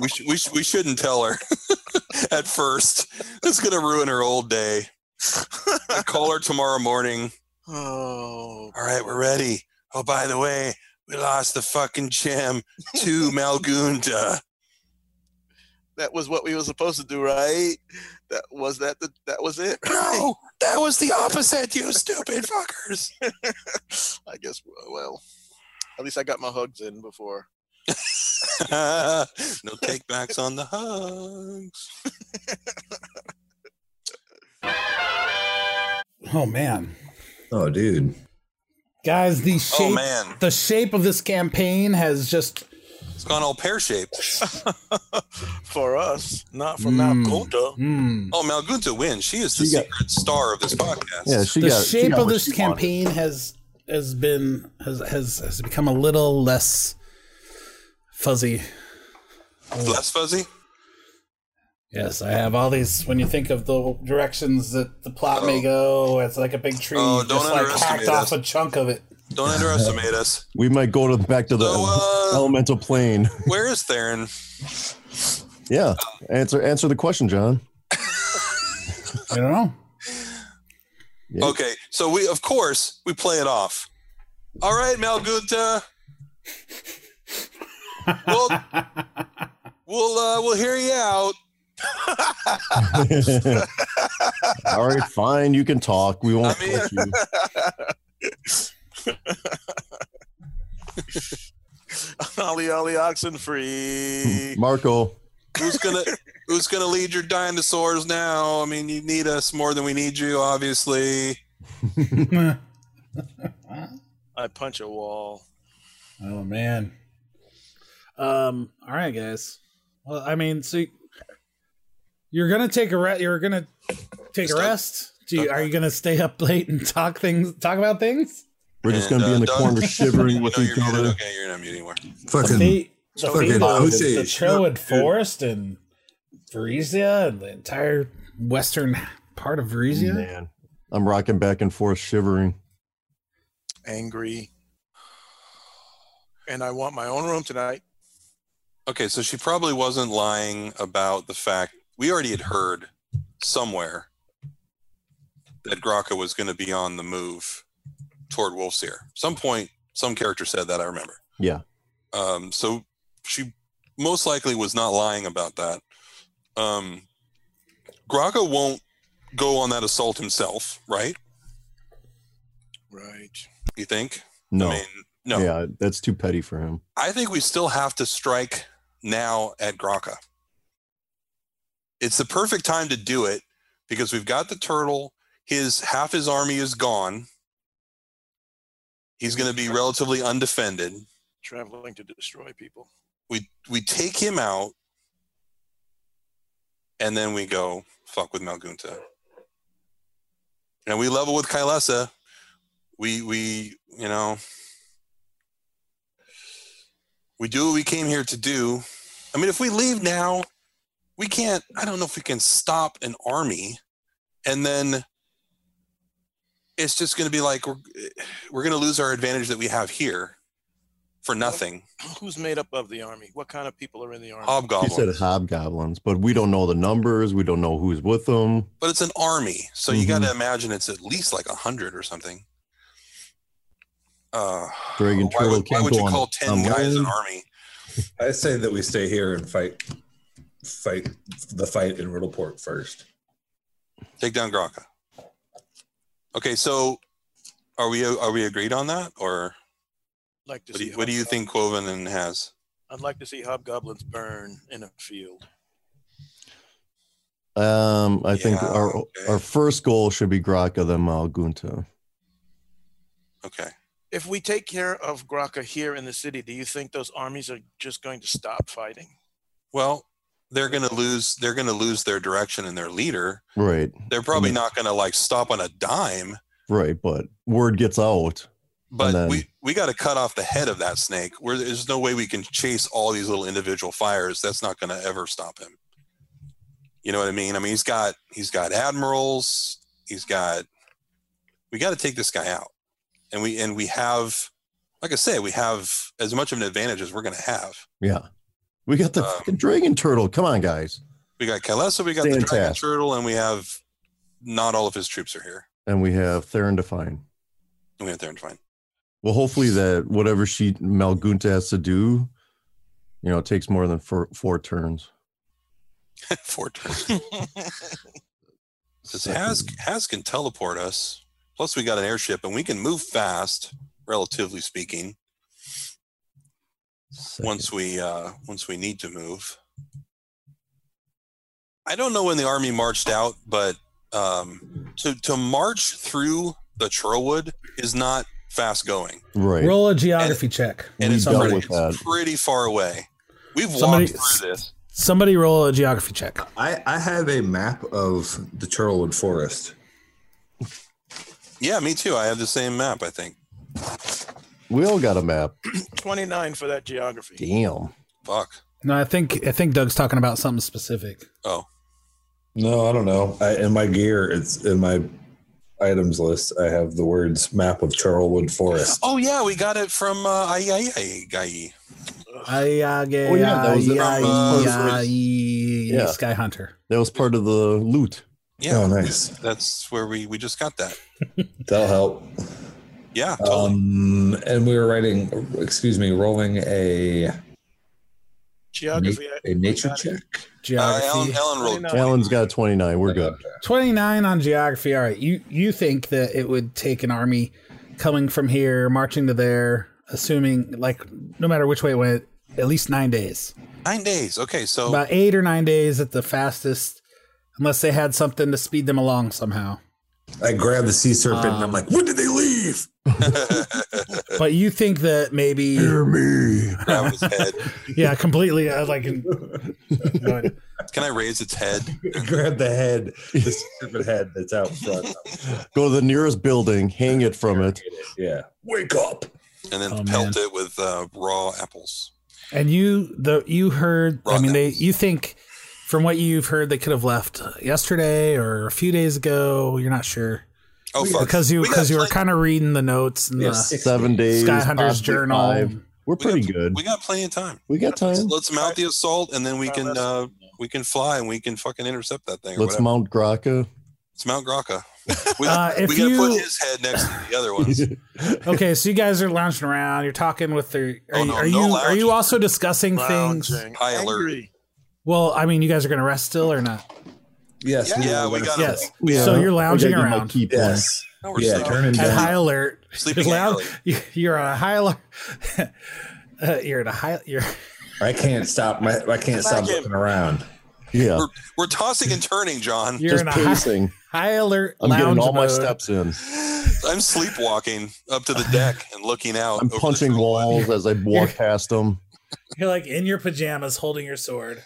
S5: We sh- we sh- we shouldn't tell her at first. It's gonna ruin her old day. I call her tomorrow morning.
S4: oh,
S5: All right, we're ready. Oh, by the way, we lost the fucking gem to Malgunda.
S4: that was what we were supposed to do, right? That was that. The, that was it. right?
S5: No, that was the opposite, you stupid fuckers.
S4: I guess. Well, at least I got my hugs in before.
S5: no takebacks on the hugs.
S1: oh man,
S2: Oh, dude.
S1: guys, the shape
S5: Oh man,
S1: the shape of this campaign has just
S5: it's gone all pear shaped.
S4: For us, not for
S1: Mm.
S4: Malcolta.
S1: mm.
S5: Oh, Malgunta wins. She is the
S6: She got-
S5: secret star of this podcast.
S6: Yeah, she
S1: the
S6: got she
S1: shape
S6: got
S1: of
S6: what
S1: this
S6: she wanted.
S1: campaign has has been has has has become a little less fuzzy.
S5: Less fuzzy.
S1: Yes, I have all these. When you think of the directions that the plot may go, it's like a big tree,
S5: Oh, don't
S1: just like
S5: underestimate
S1: hacked off
S5: us.
S1: a chunk of it.
S5: Don't underestimate us.
S6: We might go to back to the
S5: So, uh,
S6: elemental plane.
S5: Where is Theron? um,
S6: yeah, answer answer the question, John.
S1: I don't know.
S6: Yeah.
S5: Okay, so we of course we play it off. All right, Malgunta. We'll we'll uh, we'll hear you out.
S6: All right, fine. You can talk. We won't.
S5: I mean-
S6: push you.
S4: Ollie, Ollie, oxen free.
S6: Marco,
S5: Who's gonna Who's gonna lead your dinosaurs now? I mean, you need us more than we need you, obviously.
S4: I punch a wall.
S1: Oh man. Um. All right, guys. Well, I mean, so you- you're gonna take a rest. You're gonna take a
S5: Just, uh,
S1: rest. Do you, are you gonna stay up late and talk things, talk about things?
S6: we're just
S5: And,
S6: going to be in the
S5: uh, Doug-
S6: corner shivering
S5: No,
S6: with
S5: you're
S6: each
S5: muted.
S6: other.
S5: Okay, you're not muted anymore.
S2: Fucking.
S1: The, the,
S2: fucking
S1: Felos, the,
S2: Houthis.
S1: Troad Forest and Varisia and the entire western part of Varisia.
S6: Man, I'm rocking back and forth, shivering.
S4: Angry. And I want my own room tonight.
S5: Okay, so she probably wasn't lying about the fact we already had heard somewhere that Graka was going to be on the move toward Wolfseer. Some point, some character said that. I remember.
S6: Yeah.
S5: Um, so she most likely was not lying about that. Um, Graka won't go on that assault himself, right?
S4: Right.
S5: You think?
S6: No,
S5: I mean, no.
S6: yeah, that's too petty for him.
S5: I think we still have to strike now at Graka. It's the perfect time to do it because we've got the turtle. His half his army is gone. He's going to be relatively undefended.
S4: Traveling to destroy people.
S5: We we take him out, and then we go fuck with Malgunta. And we level with Kylesa. We we you know we do what we came here to do. I mean, if we leave now, we can't. I don't know if we can stop an army, and then it's just going to be like we're, we're going to lose our advantage that we have here for nothing.
S4: Who's made up of the army? What kind of people are in the army?
S6: He
S5: Hobgoblin.
S6: said hobgoblins, but we don't know the numbers. We don't know who's with them.
S5: but it's an army so you
S6: Mhm.
S5: got to imagine it's at least like a hundred or something uh
S6: Dragon
S5: why
S6: Turtle
S5: would, why
S6: can't
S5: would
S6: go
S5: you
S6: on-
S5: call 10
S6: on
S5: guys an
S6: land.
S5: army
S2: I say that we stay here and fight, fight the fight in Riddleport first.
S5: take down Graka. okay so are we are we agreed on that or
S4: like to
S5: what do
S4: see
S5: you, what do you
S4: hobgoblins-
S5: think Quoven and has
S4: I'd like to see hobgoblins burn in a field.
S6: Um, I think
S5: Yeah,
S6: our
S5: okay.
S6: our first goal should be Graka, then Malgunta.
S5: Okay.
S4: If we take care of Graka here in the city, do you think those armies are just going to stop fighting?
S5: Well, they're gonna lose. They're gonna lose their direction and their leader.
S6: Right,
S5: They're probably
S6: Mm-hmm.
S5: not gonna like stop on a dime.
S6: right. But word gets out.
S5: But
S6: And then-
S5: we we got to cut off the head of that snake. Where there's no way we can chase all these little individual fires. That's not going to ever stop him. You know what I mean? I mean, he's got he's got admirals. He's got. We got to take this guy out, and we and we have, like I said, we have as much of an advantage as we're going to have.
S6: Yeah, we got the
S5: Um,
S6: fucking dragon turtle. Come on, guys.
S5: We got Kalesa, we got the dragon
S6: Fantastic.
S5: turtle, and we have not all of his troops are here.
S6: And we have Theron to find.
S5: And we have Theron Fine.
S6: Well, hopefully that whatever she Malgunta has to do, you know, it takes more than four, four turns.
S5: Four turns. Because Has Has can teleport us. Plus, we got an airship, and we can move fast, relatively speaking.
S6: Second.
S5: Once we uh, once we need to move. I don't know when the army marched out, but um, to to march through the Trollwood is not fast going,
S6: right,
S1: Roll a geography check.
S5: and
S6: We
S5: it's
S6: dealt
S5: pretty,
S6: with
S5: it's
S6: that.
S5: pretty far away. We've walked
S1: Somebody-
S5: through this.
S1: Somebody roll a geography check.
S2: I, I have a map of the Turtlewood Forest.
S5: Yeah, me too. I have the same map. I think.
S6: we all got a map.
S4: 29 for that geography.
S6: Damn.
S5: Fuck.
S1: No, I think I think Doug's talking about something specific.
S5: Oh,
S2: No, I don't know. I, in my gear, it's in my items list. I have the words "map of Turtlewood Forest."
S5: oh yeah, we got it from uh, I, I, I, guy.
S1: yeah,
S6: Oh, yeah, that was it. Yeah.
S1: Sky Hunter.
S6: That was part of the loot.
S5: Yeah,
S2: Oh, nice.
S5: That's where we we just got that.
S2: That'll help.
S5: Yeah, totally.
S2: Um, and we were writing, excuse me, rolling a
S4: Geography. eh, I-
S2: a nature check.
S5: uh,
S1: Geography.
S5: Alan, Alan rolled.
S4: 29.
S6: Alan's got a 29. We're good.
S1: 29 on geography. All right. You you think that it would take an army coming from here, marching to there, assuming like no matter which way it went, at least 9 days.
S5: Nine days. Okay,
S6: Oh.
S5: so
S1: About 8 or 9 days at the fastest unless they had something to speed them along somehow.
S2: I grabbed the sea serpent
S5: Um,
S2: and I'm like, "When did they leave?"
S6: Uh,
S1: But you think that maybe
S5: grab his head.
S1: yeah, completely uh, like
S5: Can I raise its head?
S2: Grab the head, the sea serpent head that's out front.
S6: Go to the nearest building, hang it from it.
S2: Yeah, wake up.
S5: And then
S1: Oh,
S5: pelt it with uh, raw apples.
S1: And you the you heard I
S5: Rock
S1: mean they
S5: apples.
S1: you think from what you've heard they could have left yesterday or a few days ago, you're not sure.
S5: Oh fuck!
S1: because you
S5: We got
S1: because you were
S5: plenty-
S1: kind of reading the notes and
S2: Yeah,
S1: the
S2: six
S6: Seven days.
S1: Sky Hunter's
S6: possibly
S1: journal.
S6: five. We're
S5: we
S6: pretty
S5: got-
S6: good.
S5: We got plenty of time.
S6: We got
S5: Let's,
S6: time.
S5: let's mount the assault, and then we
S4: Alright,
S5: can
S4: let's-
S5: uh, we can fly, and we can fucking intercept that thing. Or
S6: Let's
S5: whatever.
S6: mount Graka.
S5: It's Mount Graka. We,
S1: Uh, if
S5: we gotta put
S1: you-
S5: his head next to the other ones.
S1: Okay, so you guys are lounging around. You're talking with their. Are,
S5: Oh,
S1: you
S5: no,
S1: are
S5: no
S1: you are
S5: lounging.
S1: you also discussing things?
S4: Lounging.
S5: High alert.
S4: Angry.
S1: Well, I mean, you guys are going to rest still or
S5: Uh,
S1: not?
S2: Yes.
S5: Yeah, yeah, we got
S1: Yes. So you're lounging
S6: I gotta get my
S1: around.
S6: key point.
S2: Yes.
S5: No, we're
S2: Yeah.
S5: still-
S2: Turn and
S1: At
S2: down.
S1: high alert.
S5: Sleeping
S1: You're loud-
S5: early.
S1: you- You're on a high alert. uh, you're at a high. You're
S2: I can't stop. My, I can't stop looking around.
S6: Yeah.
S5: We're, we're tossing and turning, John.
S1: you're
S6: Just
S1: in a high,
S6: pacing.
S1: high alert
S6: I'm
S1: lounge
S6: getting all my
S1: mode.
S6: steps in.
S5: I'm sleepwalking up to the deck and looking out.
S6: I'm
S5: over the
S6: punching
S5: shore.
S6: walls as I walk past them.
S1: You're like in your pajamas, holding your sword,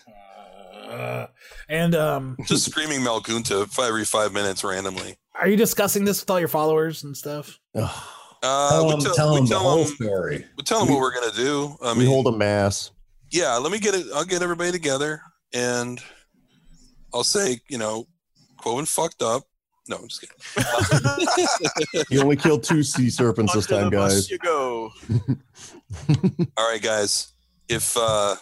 S1: Uh, and um,
S5: Just screaming Malgunta fi- every five minutes randomly.
S1: are you discussing this with all your followers and stuff?
S6: Ugh.
S5: Uh,
S2: Tell
S5: we
S2: him,
S5: tell-
S2: tell
S5: we um,
S2: him the
S5: tell
S2: whole
S5: them-
S2: story.
S5: we tell them what we're gonna do. I
S6: we
S5: mean,
S6: hold a mass.
S5: yeah. Let me get it. I'll get everybody together, and I'll say, you know, Quoven fucked up. No, I'm just kidding.
S6: You only killed two sea serpents this
S4: Under
S6: time,
S4: the bus
S6: guys.
S4: You go.
S5: All right, guys. If uh,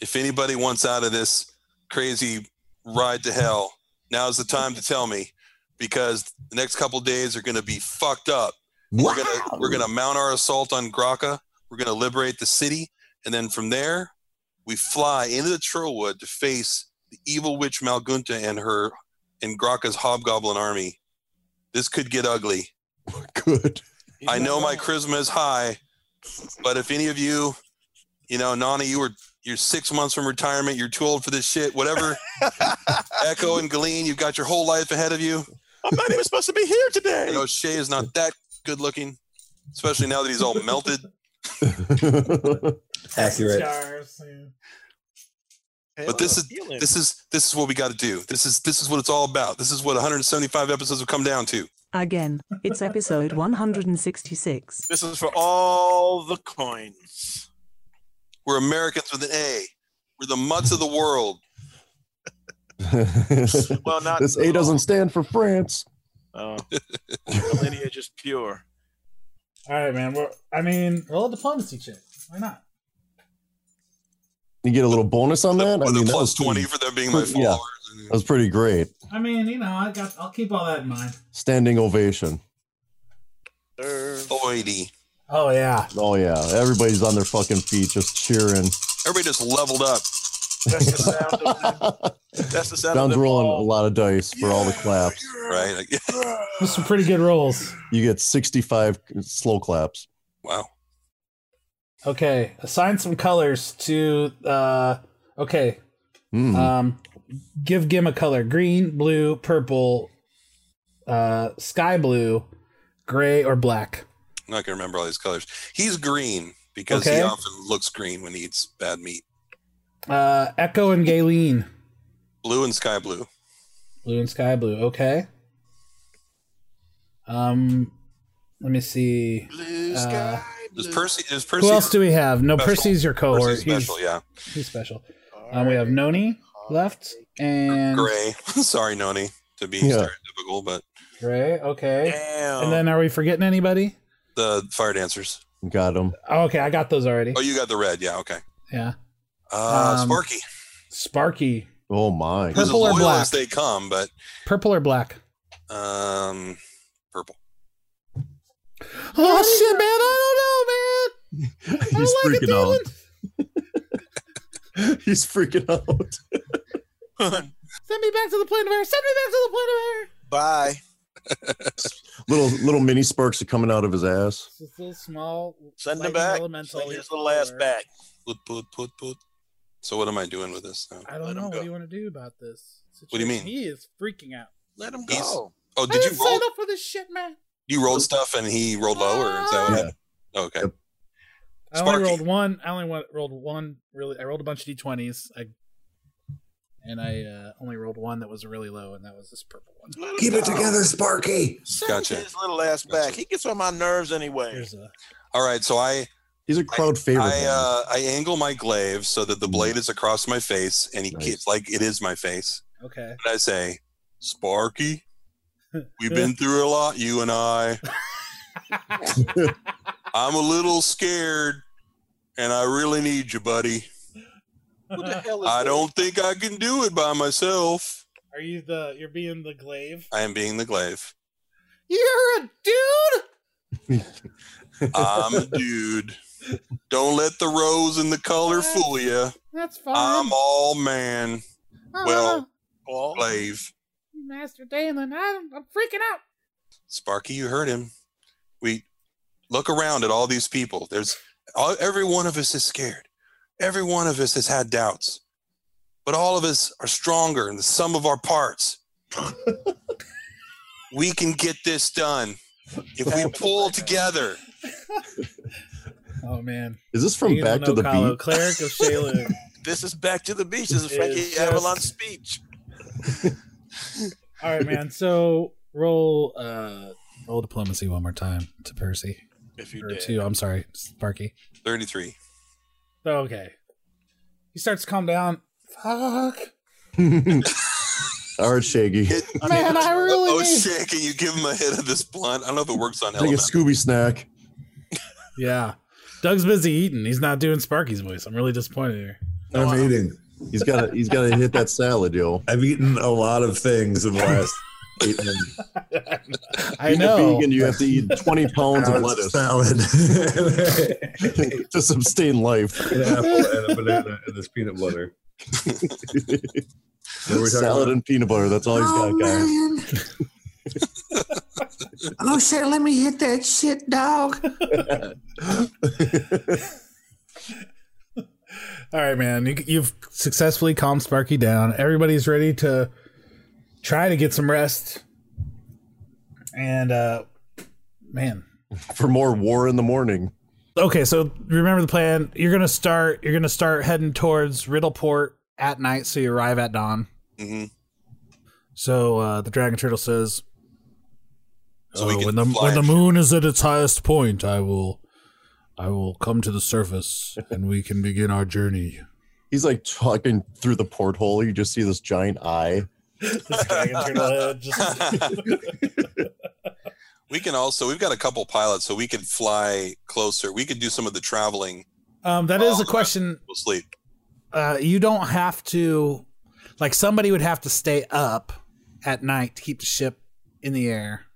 S5: if anybody wants out of this crazy ride to hell, now's the time to tell me, because the next couple days are gonna be fucked up. We're gonna we're gonna mount our assault on Graka. We're gonna liberate the city, and then from there, we fly into the Trollwood to face the evil witch Malgunta and her and Graka's hobgoblin army. This could get ugly.
S6: Good.
S4: He's
S5: I
S4: not
S5: know my
S4: wrong.
S5: charisma is high, but if any of you you know, Nana, you were you're six months from retirement. You're too old for this shit. Whatever. Echo and Galen, you've got your whole life ahead of you.
S4: I'm not even supposed to be here today.
S5: And O'Shea is not that good looking, especially now that he's all melted.
S2: Accurate.
S1: Stars, yeah.
S5: But this is- This is this is what we got to do. This is this is what it's all about. This is what 175 episodes will come down to.
S7: Again, it's episode 166.
S4: this is for all the coins.
S5: We're Americans with an A. We're the mutts of the world.
S4: Well, not
S6: this A doesn't stand for France.
S4: Oh, the lineage is pure.
S1: All right, man. We're, I mean, roll a diplomacy check. Why not?
S6: You get a little bonus on that.
S5: With
S6: I mean,
S5: a
S6: that
S5: plus
S6: was pretty-
S5: 20 for them being my followers.
S6: Yeah. That was pretty great.
S1: I mean, you know, I got. I'll keep all that in mind.
S6: Standing ovation.
S4: Sir.
S5: Oidy.
S1: Oh yeah.
S6: Oh yeah, everybody's on their fucking feet, just cheering.
S5: Everybody just leveled up.
S4: That's the sound of them. That's the sound
S6: John's
S4: of them
S6: rolling a
S4: all.
S6: lot of dice for all the claps.
S5: Right? Like, yeah.
S1: Those some pretty good rolls.
S6: You get 65 slow claps.
S5: Wow.
S1: Okay, assign some colors to. uh Okay,
S6: Mm.
S1: um, give Gim a color: green, blue, purple, uh, sky blue, gray, or black.
S5: I'm not going to remember all these colors. He's green because
S1: Okay.
S5: he often looks green when he eats bad meat.
S1: Uh, Echo and Galen,
S5: Blue and sky blue.
S1: blue and sky blue. Okay. Um, let me see.
S4: Blue
S1: Uh,
S4: sky.
S5: Does
S4: blue.
S5: Percy, does Percy,
S1: Who else do we have? No,
S5: Special.
S1: Percy's your cohort.
S5: Percy's special?
S1: he's,
S5: Yeah.
S1: he's special. Um, we have Noni left and
S5: Gray. Sorry, Noni, to be
S6: Yeah.
S5: stereotypical, but
S1: Gray, Okay.
S4: Damn.
S1: And then are we forgetting anybody?
S5: the fire dancers.
S6: Got him.
S1: Oh, okay, I got those already.
S5: Oh, you got the red. Yeah. Okay.
S1: Yeah.
S5: Uh,
S1: Um,
S5: Sparky.
S1: Sparky,
S6: Oh my.
S5: Who's as
S1: purple or
S5: loyal
S1: black?
S5: as they come, but
S1: purple or black?
S5: um, purple.
S1: Oh shit, man! I
S6: He's
S1: don't know, man. I don't
S6: freaking
S1: like it,
S6: out.
S1: dude.
S6: He's freaking out.
S1: Send me back to the plane of air. Send me back to the plane of air.
S4: Bye.
S6: Little little mini sparks are coming out of his ass.
S1: It's this little small.
S4: Send
S1: lightning
S4: him back.
S1: Elemental.
S4: Send his little ass back.
S5: Put, put, put, put. So what am I doing with this now?
S1: I don't
S4: Let him
S1: know. What
S4: go.
S1: do you want to do about this?
S5: What do you
S1: situation?
S5: mean?
S1: He is freaking out.
S4: Let him
S5: He's-
S4: go.
S5: Oh,
S1: I
S5: did you
S1: didn't
S5: roll?
S1: sign up for this shit, man.
S5: You rolled stuff and he rolled lower. Is that what
S6: Yeah.
S5: happened? Okay.
S6: Yep.
S1: I only
S5: Sparky.
S1: rolled one. I only wa- rolled one. Really, I rolled a bunch of d20s. I and I uh, only rolled one that was really low, and that was this purple one.
S4: Let him
S2: Keep it
S4: go.
S2: together, Sparky.
S4: Send
S5: Gotcha.
S4: his little ass
S5: Gotcha.
S4: back. He gets on my nerves anyway.
S1: Here's a
S5: All right. So I
S6: He's a crowd favorite.
S5: I
S6: man.
S5: uh, I angle my glaive so that the
S1: Mm-hmm.
S5: blade is across my face, and he
S6: Nice.
S5: keeps like it is my face.
S1: okay.
S5: And I say, Sparky, we've been through a lot, you and I. I'm a little scared, and I really need you, buddy.
S4: Who the hell is
S5: I
S4: this?
S5: don't think I can do it by myself.
S1: Are you the? You're being the glaive.
S5: I am being the glaive.
S1: You're a dude.
S5: I'm a dude. Don't let the rose and the color fool you.
S1: That's fine.
S5: I'm all man,
S1: Uh-huh.
S5: well-
S4: Paul?
S5: glaive.
S1: Master Dalen, I'm, I'm freaking out.
S5: Sparky, you heard him. We look around at all these people. There's all, every one of us is scared. Every one of us has had doubts, but all of us are stronger in the sum of our parts. we can get this done if we pull together.
S1: Oh man!
S6: Is this from
S1: Ian
S6: Back to the
S1: Onokalo,
S6: Beat?
S1: cleric of Shaylin.
S4: This is back to the beach. This is
S1: It
S4: Frankie
S1: is just-
S4: Avalon's speech.
S1: All right, man. So roll uh roll diplomacy one more time to Percy
S4: If you
S1: or
S4: did.
S1: to I'm sorry, Sparky. Oh,
S5: 33.
S1: Okay. He starts to calm down. Fuck.
S6: All right, Shaggy.
S5: Hit,
S1: Man, I really
S5: oh,
S1: need-
S5: shit. Can you give him a hit of this blunt? I don't know if it works on
S6: Take a
S5: element.
S6: Scooby snack.
S1: Yeah. Doug's busy eating. He's not doing Sparky's voice. I'm really disappointed here.
S2: I'm eating.
S6: He's got to he's got to hit that salad, yo.
S2: I've eaten a lot of things in the last eight minutes.
S1: I
S6: Being a
S1: know.
S6: vegan, you have to eat 20 pounds of
S2: Salad,
S6: lettuce
S2: Salad.
S6: to sustain life.
S2: an apple and a banana and this peanut butter. What were we talking
S6: salad
S2: about?
S6: and peanut butter. That's all he's got, guys.
S8: oh shit, let me hit that shit, dog.
S1: man. You, you've successfully calmed Sparky down. Everybody's ready to try to get some rest. And uh man,
S6: for more war in the morning.
S1: okay, so remember the plan. You're gonna start. You're gonna start heading towards Riddleport at night, so you arrive at dawn.
S5: hmm
S1: So uh, the dragon turtle says,
S5: So we
S1: "Oh,
S5: can
S1: when the
S5: fly
S1: when the
S5: and
S1: moon is at its highest point, I will, I will come to the surface, and we can begin our journey."
S6: He's like talking through the porthole. You just see this giant eye.
S1: This dragon turtle head
S5: We can also we've got a couple pilots, so we could fly closer. We could do some of the traveling.
S1: um, that is a question.
S5: We'll sleep.
S1: Uh, you don't have to, like, somebody would have to stay up at night to keep the ship in the air.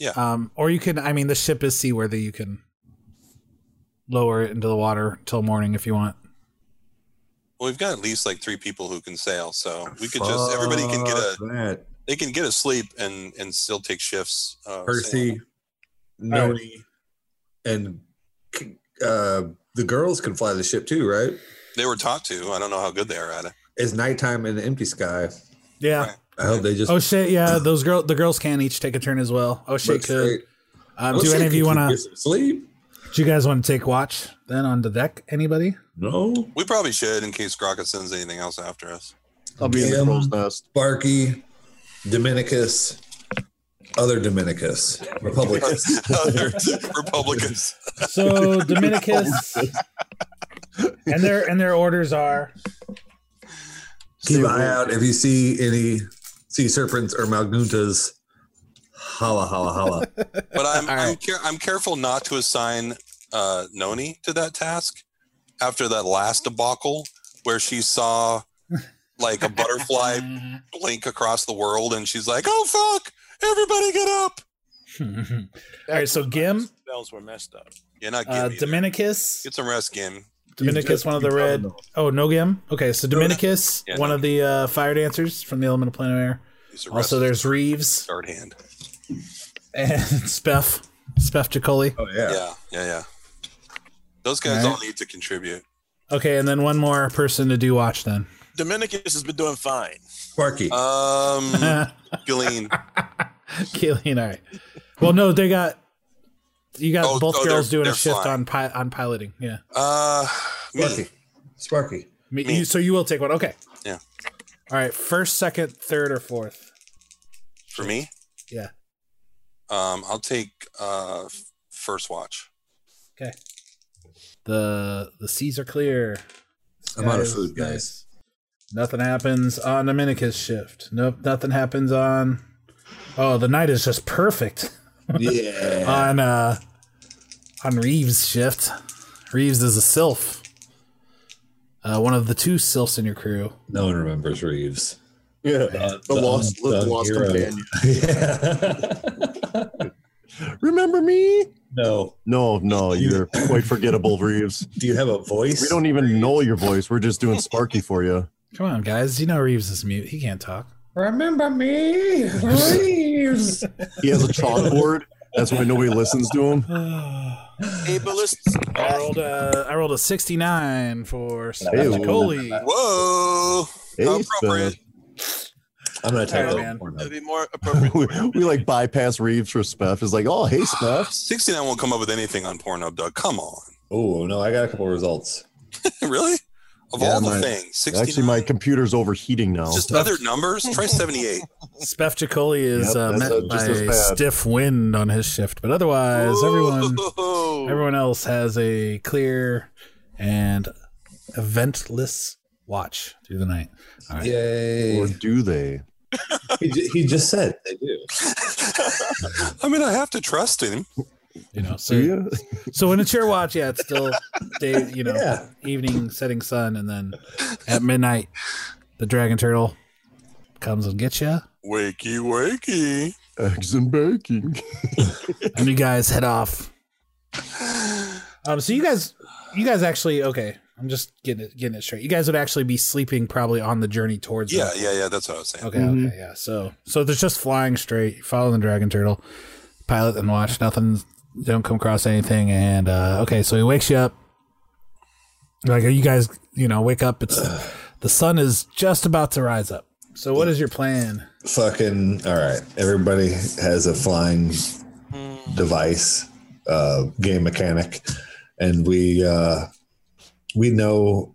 S5: Yeah.
S1: Um, or you can. I mean, the ship is seaworthy. You can lower it into the water till morning if you want.
S5: Well, we've got at least like three people who can sail, so we could just everybody can get a
S2: Fuck that.
S5: they can get a sleep and and still take shifts. Uh, sailing.
S2: Percy, Noni, and uh, the girls can fly the ship too, right?
S5: they were taught to. I don't know how good they are at it.
S2: It's nighttime in the empty sky.
S1: Yeah.
S5: Right.
S2: I hope they just
S1: Oh shit! Yeah, those girl, the girls can each take a turn as well. Oh shit!
S2: look
S1: Could
S2: straight.
S1: um,
S2: Oh,
S1: do
S2: shit,
S1: any of you
S2: could
S1: want to?
S2: get some sleep?
S1: Do you guys want to take watch then on the deck? Anybody?
S2: No,
S5: We probably should in case Grokka sends anything else after us.
S6: I'll be in the
S2: Damn.
S6: crow's nest.
S2: Sparky, Dominicus, other Dominicus, Republicans.
S6: Oh,
S5: Other Republicans.
S1: So Dominicus, and their and their orders are
S2: Keep an eye out if you see any sea serpents or malguntas. Holla, holla, holla.
S5: But I'm
S1: All
S5: I'm,
S1: right.
S5: care- I'm careful not to assign uh, Noni to that task after that last debacle where she saw like a butterfly
S1: Mm-hmm.
S5: blink across the world and she's like, "Oh fuck, everybody get up!"
S1: all right. So Gim,
S4: Spells were messed up.
S5: Yeah, not Gim.
S1: uh,
S5: either.
S1: Dominicus,
S5: get some rest, Gim.
S1: Dominicus, one of the red. Oh no, Gim. Okay, so Dominicus,
S5: Yeah,
S1: one
S5: no.
S1: of the uh, fire dancers from the Elemental Plane of Air.
S5: He's a
S1: Also,
S5: rest-
S1: there's Reeves
S5: start hand.
S1: and Speff, Speff Jacoli.
S2: Oh yeah.
S5: Yeah, yeah, yeah. Those guys
S1: All
S5: all,
S1: right.
S5: need to contribute.
S1: Okay, and then one more person to do watch then.
S4: Dominicus has been doing fine.
S2: Sparky.
S6: Uh,
S5: Um, Gilleen.
S1: Keelan, all right. Well, no, they got you got
S5: Oh,
S1: both
S5: oh,
S1: girls
S5: they're-
S1: doing a
S5: they're
S1: shift
S5: flying.
S1: on pi- on piloting. Yeah,
S5: Uh, me.
S2: Sparky. Sparky.
S1: Me,
S5: Me.
S1: You, so you will take one. Okay.
S5: Yeah.
S1: All right. First, second, third, or fourth.
S5: For me,
S1: Yeah.
S5: um, I'll take uh f- first watch.
S1: The the seas are clear.
S2: I'm out of
S1: Skies
S2: food,
S1: nice.
S2: guys.
S1: Nothing happens on Dominicus shift. Nope. Nothing happens on. Oh, the night is just perfect
S2: Yeah.
S1: on uh on Reeves shift. Reeves is a sylph. Uh, one of the two sylphs in your crew.
S2: No one remembers Reeves.
S6: Yeah,
S2: Uh,
S6: the lost, the
S2: unsung
S6: lost
S2: hero.
S6: companion.
S2: Yeah.
S6: Remember me?
S2: no.
S6: No, no, you're quite forgettable, Reeves.
S2: Do you have a voice?
S6: We don't even know your voice. We're just doing Sparky for you.
S1: Come on, guys. You know Reeves is mute. He can't talk.
S2: remember me, Reeves.
S6: He has a chalkboard. That's why nobody listens to him.
S4: Ableist.
S1: I rolled a, I rolled a 69 for
S6: Hey,
S1: Spicoli.
S5: Whoa!
S6: Hey,
S5: Appropriate.
S2: I'm gonna
S1: Sorry,
S2: type
S1: man.
S2: that porn up.
S4: It'd be more appropriate.
S6: Speff. we, we, like bypass Reeves for Speff. It's like, oh, hey, Speff.
S5: 69 won't come up with anything on Pornhub, Doug. Come on.
S2: Oh no, I got a couple results.
S5: really? Of
S6: Yeah,
S5: all the
S6: my-
S5: things, 69.
S6: Actually, my computer's overheating now.
S5: just other numbers. Try 78.
S1: Spef Jacoli is
S6: Yep,
S1: uh,
S6: that's,
S1: met
S6: uh, just as
S1: by
S6: bad.
S1: stiff wind on his shift, but otherwise, everyone
S5: Whoa.
S1: everyone else has a clear and eventless watch through the night. All right.
S6: Or
S2: Yay!
S6: do they?
S2: He, ju- he just said they do.
S5: I mean, I have to trust him.
S1: You know, so
S6: Do you?
S1: so when it's your watch, yeah, it's still day, you know,
S2: Yeah.
S1: evening, setting sun, and then at midnight, the dragon turtle comes and gets you.
S5: Wakey, wakey.
S6: Eggs and baking.
S1: and you guys head off. Um, so you guys, you guys actually okay. I'm just getting it, getting it straight. You guys would actually be sleeping probably on the journey towards.
S5: Yeah,
S1: them.
S5: yeah, yeah. That's what I was saying.
S1: Okay.
S6: Mhm.
S1: Okay. Yeah. So, so there's just flying straight, following the dragon turtle, pilot and watch. Nothing. Don't come across anything. And uh, okay, so he wakes you up. Like you guys, you know, wake up. It's the sun is just about to rise up. So what is your plan?
S2: Fucking all right. Everybody has a flying device, uh, game mechanic, and we uh, we know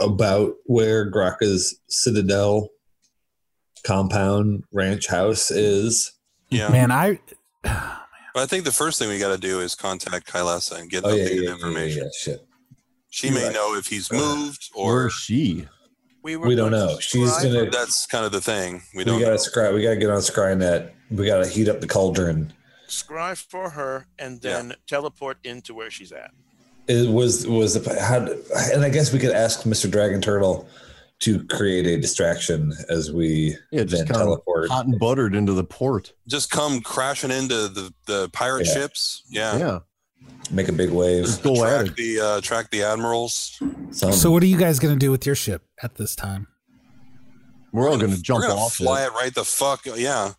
S2: about where Graka's Citadel compound ranch house is.
S5: Yeah.
S1: Man, I
S5: But I think the first thing we got to do is contact Kylesa and get
S2: Oh, yeah,
S5: updated
S2: yeah,
S5: information.
S2: shit.
S5: She
S2: You're
S5: may
S2: right.
S5: know if he's
S2: Uh,
S5: moved or
S6: she.
S4: We,
S2: We don't know. She's gonna.
S5: That's kind of the thing. We
S2: We,
S5: don't.
S2: gotta scry. We gotta get on Scrynet. We gotta heat up the cauldron.
S4: Scribe for her and then teleport into where she's at.
S2: It was was the how, and I guess we could ask Mr. Dragon Turtle to create a distraction as we
S6: Yeah, just
S2: then
S6: kind
S2: teleport.
S6: of hot and buttered into the port.
S5: Just come crashing into the the pirate
S2: Yeah.
S5: ships. Yeah.
S6: Yeah.
S2: Make a big wave.
S6: Just go at
S5: Track
S6: it.
S5: the uh, track the admirals.
S6: Um,
S2: Something.
S1: So what are you guys gonna do with your ship at this time?
S6: We're all gonna jump
S5: We're gonna
S6: off.
S5: fly
S6: it.
S5: it right the fuck. Yeah.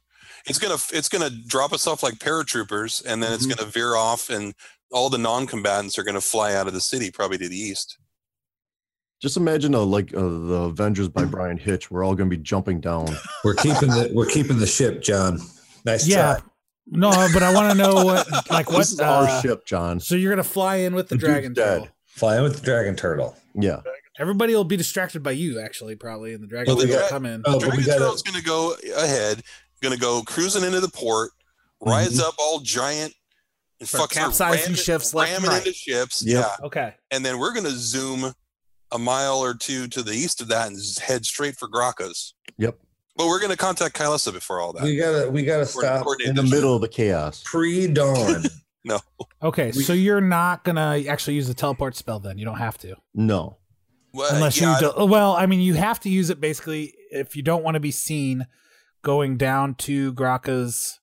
S5: It's gonna it's gonna drop us off like paratroopers, and then
S6: Mm-hmm.
S5: it's gonna veer off, and all the non-combatants are gonna fly out of the city, probably to the east.
S6: Just imagine a, like uh, the Avengers by Brian Hitch. We're all gonna be jumping down.
S2: We're keeping the we're keeping the ship, John. Nice
S1: yeah.
S2: try.
S1: No, but I want to know what like what
S6: uh, this is our
S1: uh,
S6: ship, John.
S1: So you're gonna fly in with the,
S6: The dude's
S1: dragon
S6: dead.
S1: turtle.
S2: Flying with the dragon turtle.
S6: Yeah.
S1: Everybody will be distracted by you, actually, probably, and the dragon
S2: Well,
S1: turtle
S2: they
S1: will
S5: got-
S1: come in.
S2: Oh, but
S5: Dragon
S2: we gotta
S5: Turtle's gonna go ahead, gonna go cruising into the port, rides
S6: Mm-hmm.
S5: up all giant, and
S1: Start
S5: fucking
S1: capsizing ships left and
S5: ramming
S1: right.
S5: into ships.
S6: Yep.
S5: Yeah,
S1: Okay.
S5: and then we're gonna zoom a mile or two to the east of that and just head straight for Graka's.
S6: Yep.
S5: But we're gonna contact Kylesa before all that.
S2: we gotta we gotta stop
S5: coordinate
S6: In the
S5: this.
S6: middle of the chaos.
S2: pre dawn.
S1: Okay,
S2: We-
S1: so you're not gonna actually use the teleport spell then. You don't have to,
S6: No.
S5: Well,
S1: unless
S5: Uh, yeah, I-
S1: you. Do- well, I mean, you have to use it basically if you don't want to be seen going down to Graka's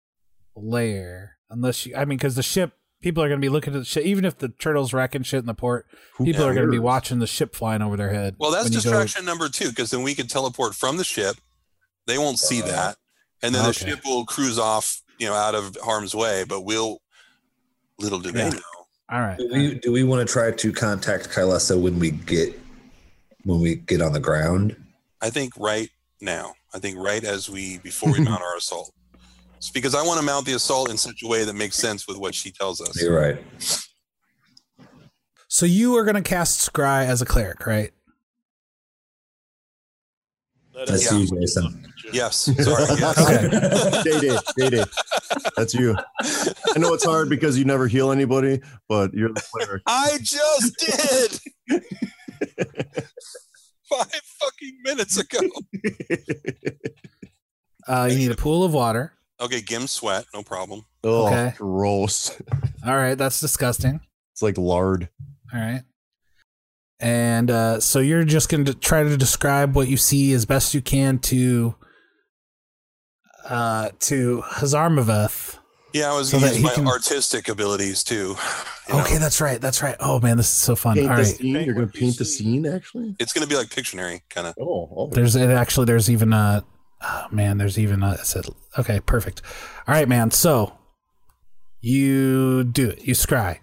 S1: lair. Unless you, I mean, because the ship, people are gonna be looking at the ship. Even if the turtles wrecking shit in the port,
S6: Who
S1: people are gonna be
S6: cares?
S1: watching the ship flying over their head.
S5: Well, that's
S1: when you go-
S5: distraction number two because then we can teleport from the ship. They won't see
S2: Uh,
S5: that, and then the
S1: okay.
S5: ship will cruise off, you know, out of harm's way. But we'll little do they
S1: Yeah.
S5: know.
S1: All right.
S2: do we do we want to try to contact Kylesa when we get when we get on the ground?
S5: I think right now. I think right as we before we mount our assault. It's because I want to mount the assault in such a way that makes sense with what she tells us.
S2: You're right.
S1: So you are gonna cast Scry as a cleric, right?
S4: Let
S2: That's
S4: us-
S2: you, Jason.
S5: Yes. Sorry. yes.
S1: Okay.
S6: JD, JD, that's you. I know it's hard because you never heal anybody, but you're the player.
S5: I just did. Five fucking minutes ago.
S1: Uh, you need a pool of water.
S5: Okay, Gim sweat, no problem.
S6: Oh,
S1: Okay.
S6: gross!
S1: All right, that's disgusting.
S6: It's like lard.
S1: All right. And uh, so you're just going to try to describe what you see as best you can to uh, to Hazarmaveth.
S5: Yeah, I was
S1: So
S5: gonna
S1: that he
S5: use my
S1: can-
S5: artistic abilities too. You know,
S1: Okay, that's right. That's right. Oh man, this is so fun.
S6: Paint
S1: All
S6: the
S1: right.
S6: scene. You're gonna
S5: What you
S6: paint the
S5: see.
S6: scene, actually.
S5: It's gonna be like Pictionary kind of.
S6: Oh, oh.
S1: There's it actually there's even a oh, man, there's even a it said okay, perfect. All right, man. So you do it. You scry.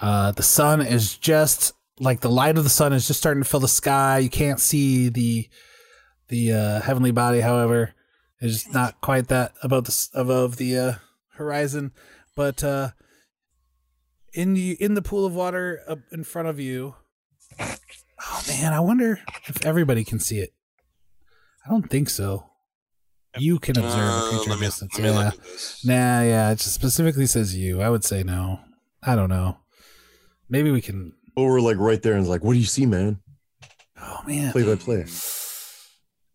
S1: Uh the sun is just like the light of the sun is just starting to fill the sky. You can't see the the uh heavenly body, however, it's just not quite that above the s- above the uh horizon, but uh in the in the pool of water up in front of you Oh man, I wonder if everybody can see it. I don't think so. You can observe a creature
S5: Uh, let
S1: at
S5: me,
S1: distance.
S5: let me
S1: yeah.
S5: look at this.
S1: Nah, yeah. It just specifically says you. I would say no. I don't know. Maybe we can.
S6: Oh, we're like right there, and it's like, what do you see, man?
S1: Oh man,
S6: Play by play.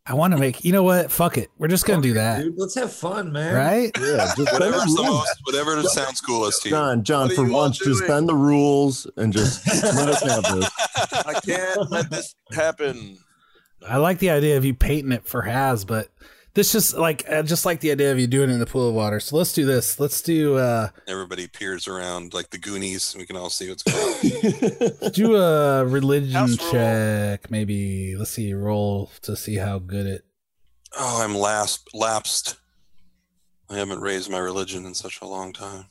S1: I want to make. You know what? Fuck it. We're just gonna do that,
S2: Dude, let's have fun, man.
S1: right?
S6: Yeah, just
S5: Whatever's the most, whatever sounds coolest to you.
S6: John, John,
S5: What are
S6: for
S5: you all
S6: once, just
S5: doing?
S6: bend the rules and just let us have this.
S4: I can't let this happen.
S1: I like the idea of you painting it for Has, but this just like I just like the idea of you doing it in the pool of water. So let's do this. Let's do uh
S5: Everybody peers around like the Goonies. We can all see what's going on.
S1: do a religion
S4: House rule.
S1: check. Maybe let's see roll to see how good it
S5: oh, I'm last, lapsed. I haven't raised my religion in such a long time.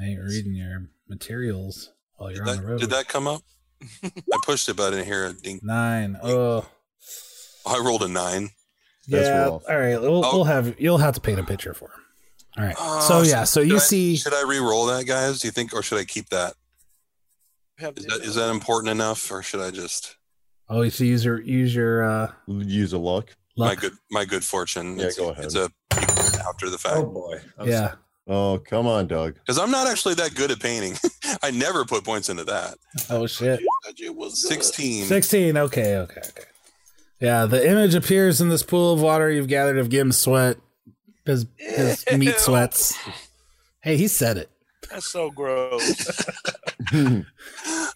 S1: I ain't reading your materials while you're
S5: Did
S1: on the
S5: that,
S1: road.
S5: did that come up? I pushed it, but I didn't hear a ding.
S1: Nine. Oh,
S5: I rolled a nine.
S1: yeah. All right. We'll,
S5: Oh.
S1: we'll have you'll have to paint a picture for him. All right. so yeah. So you
S5: Uh, Should I-
S1: see.
S5: Should I re-roll that, guys? Do you think, or should I keep that? Is that, is that important enough, or should I just
S1: Oh, you see. Use your use your. uh
S6: Use a luck.
S5: my good my good fortune? Yeah, it's, go ahead. It's a after the fact. Oh boy.
S1: Yeah.
S6: Oh, come on, Doug.
S5: Because I'm not actually that good at painting. I never put points into that.
S1: Oh shit.
S5: It was 16.
S1: 16. Okay, okay, okay. Yeah, the image appears in this pool of water you've gathered of Gim's sweat, his, his meat sweats. Hey, he said it.
S4: That's so gross.
S5: I'm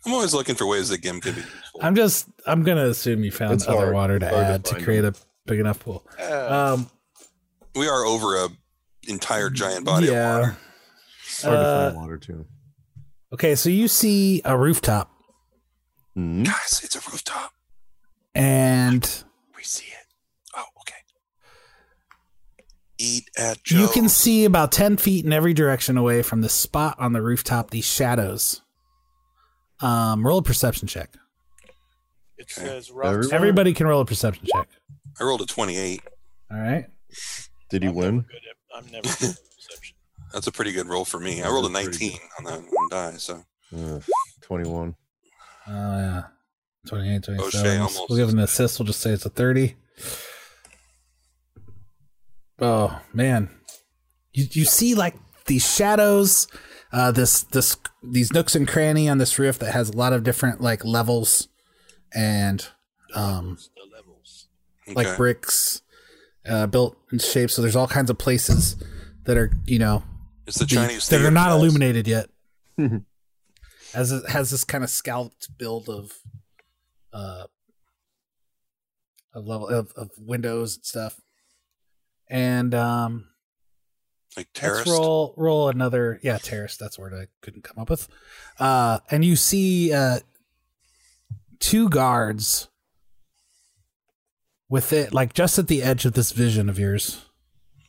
S5: always looking for ways that Gim could be.
S1: I'm just, I'm going to assume you found
S5: It's
S1: other
S5: hard.
S1: water to
S5: It's hard to
S1: add to,
S5: find
S1: create a big enough pool. Um,
S5: We are over a entire giant body.
S1: yeah.
S5: It's
S6: hard to find
S1: Uh,
S6: water too.
S1: Okay, so you see a rooftop.
S6: Hmm?
S5: Guys, it's a rooftop.
S1: And
S5: We see it. Oh, okay. Eat at
S1: you
S5: Joe's.
S1: can see about 10 feet in every direction away from the spot on the rooftop these shadows. Um, roll a perception check.
S4: It says
S6: Everyone?
S1: Everybody can roll a perception check.
S5: I rolled a 28.
S1: All right.
S6: Did he win?
S4: I'm never. good.
S5: That's a pretty good roll for me. I rolled a 19 on that one die. So
S6: Ugh, 21.
S1: Oh yeah. 28,
S5: O'Shea
S1: 27.
S5: almost-
S1: We'll give an assist. We'll just say it's a 30. Oh man. You you see like these shadows, uh this this these nooks and cranny on this roof that has a lot of different like levels and um like
S5: Okay.
S1: bricks uh built in shape. So there's all kinds of places that are, you know,
S5: it's the
S1: be-
S5: Chinese
S1: that
S5: theater,
S1: are not
S5: guys.
S1: illuminated yet. As it has this kind of scalloped build of uh of level of, of windows and stuff. And um
S5: like
S1: let's
S5: terrorist.
S1: roll roll another yeah, terrace, that's the word I couldn't come up with. Uh and you see uh two guards with it like just at the edge of this vision of yours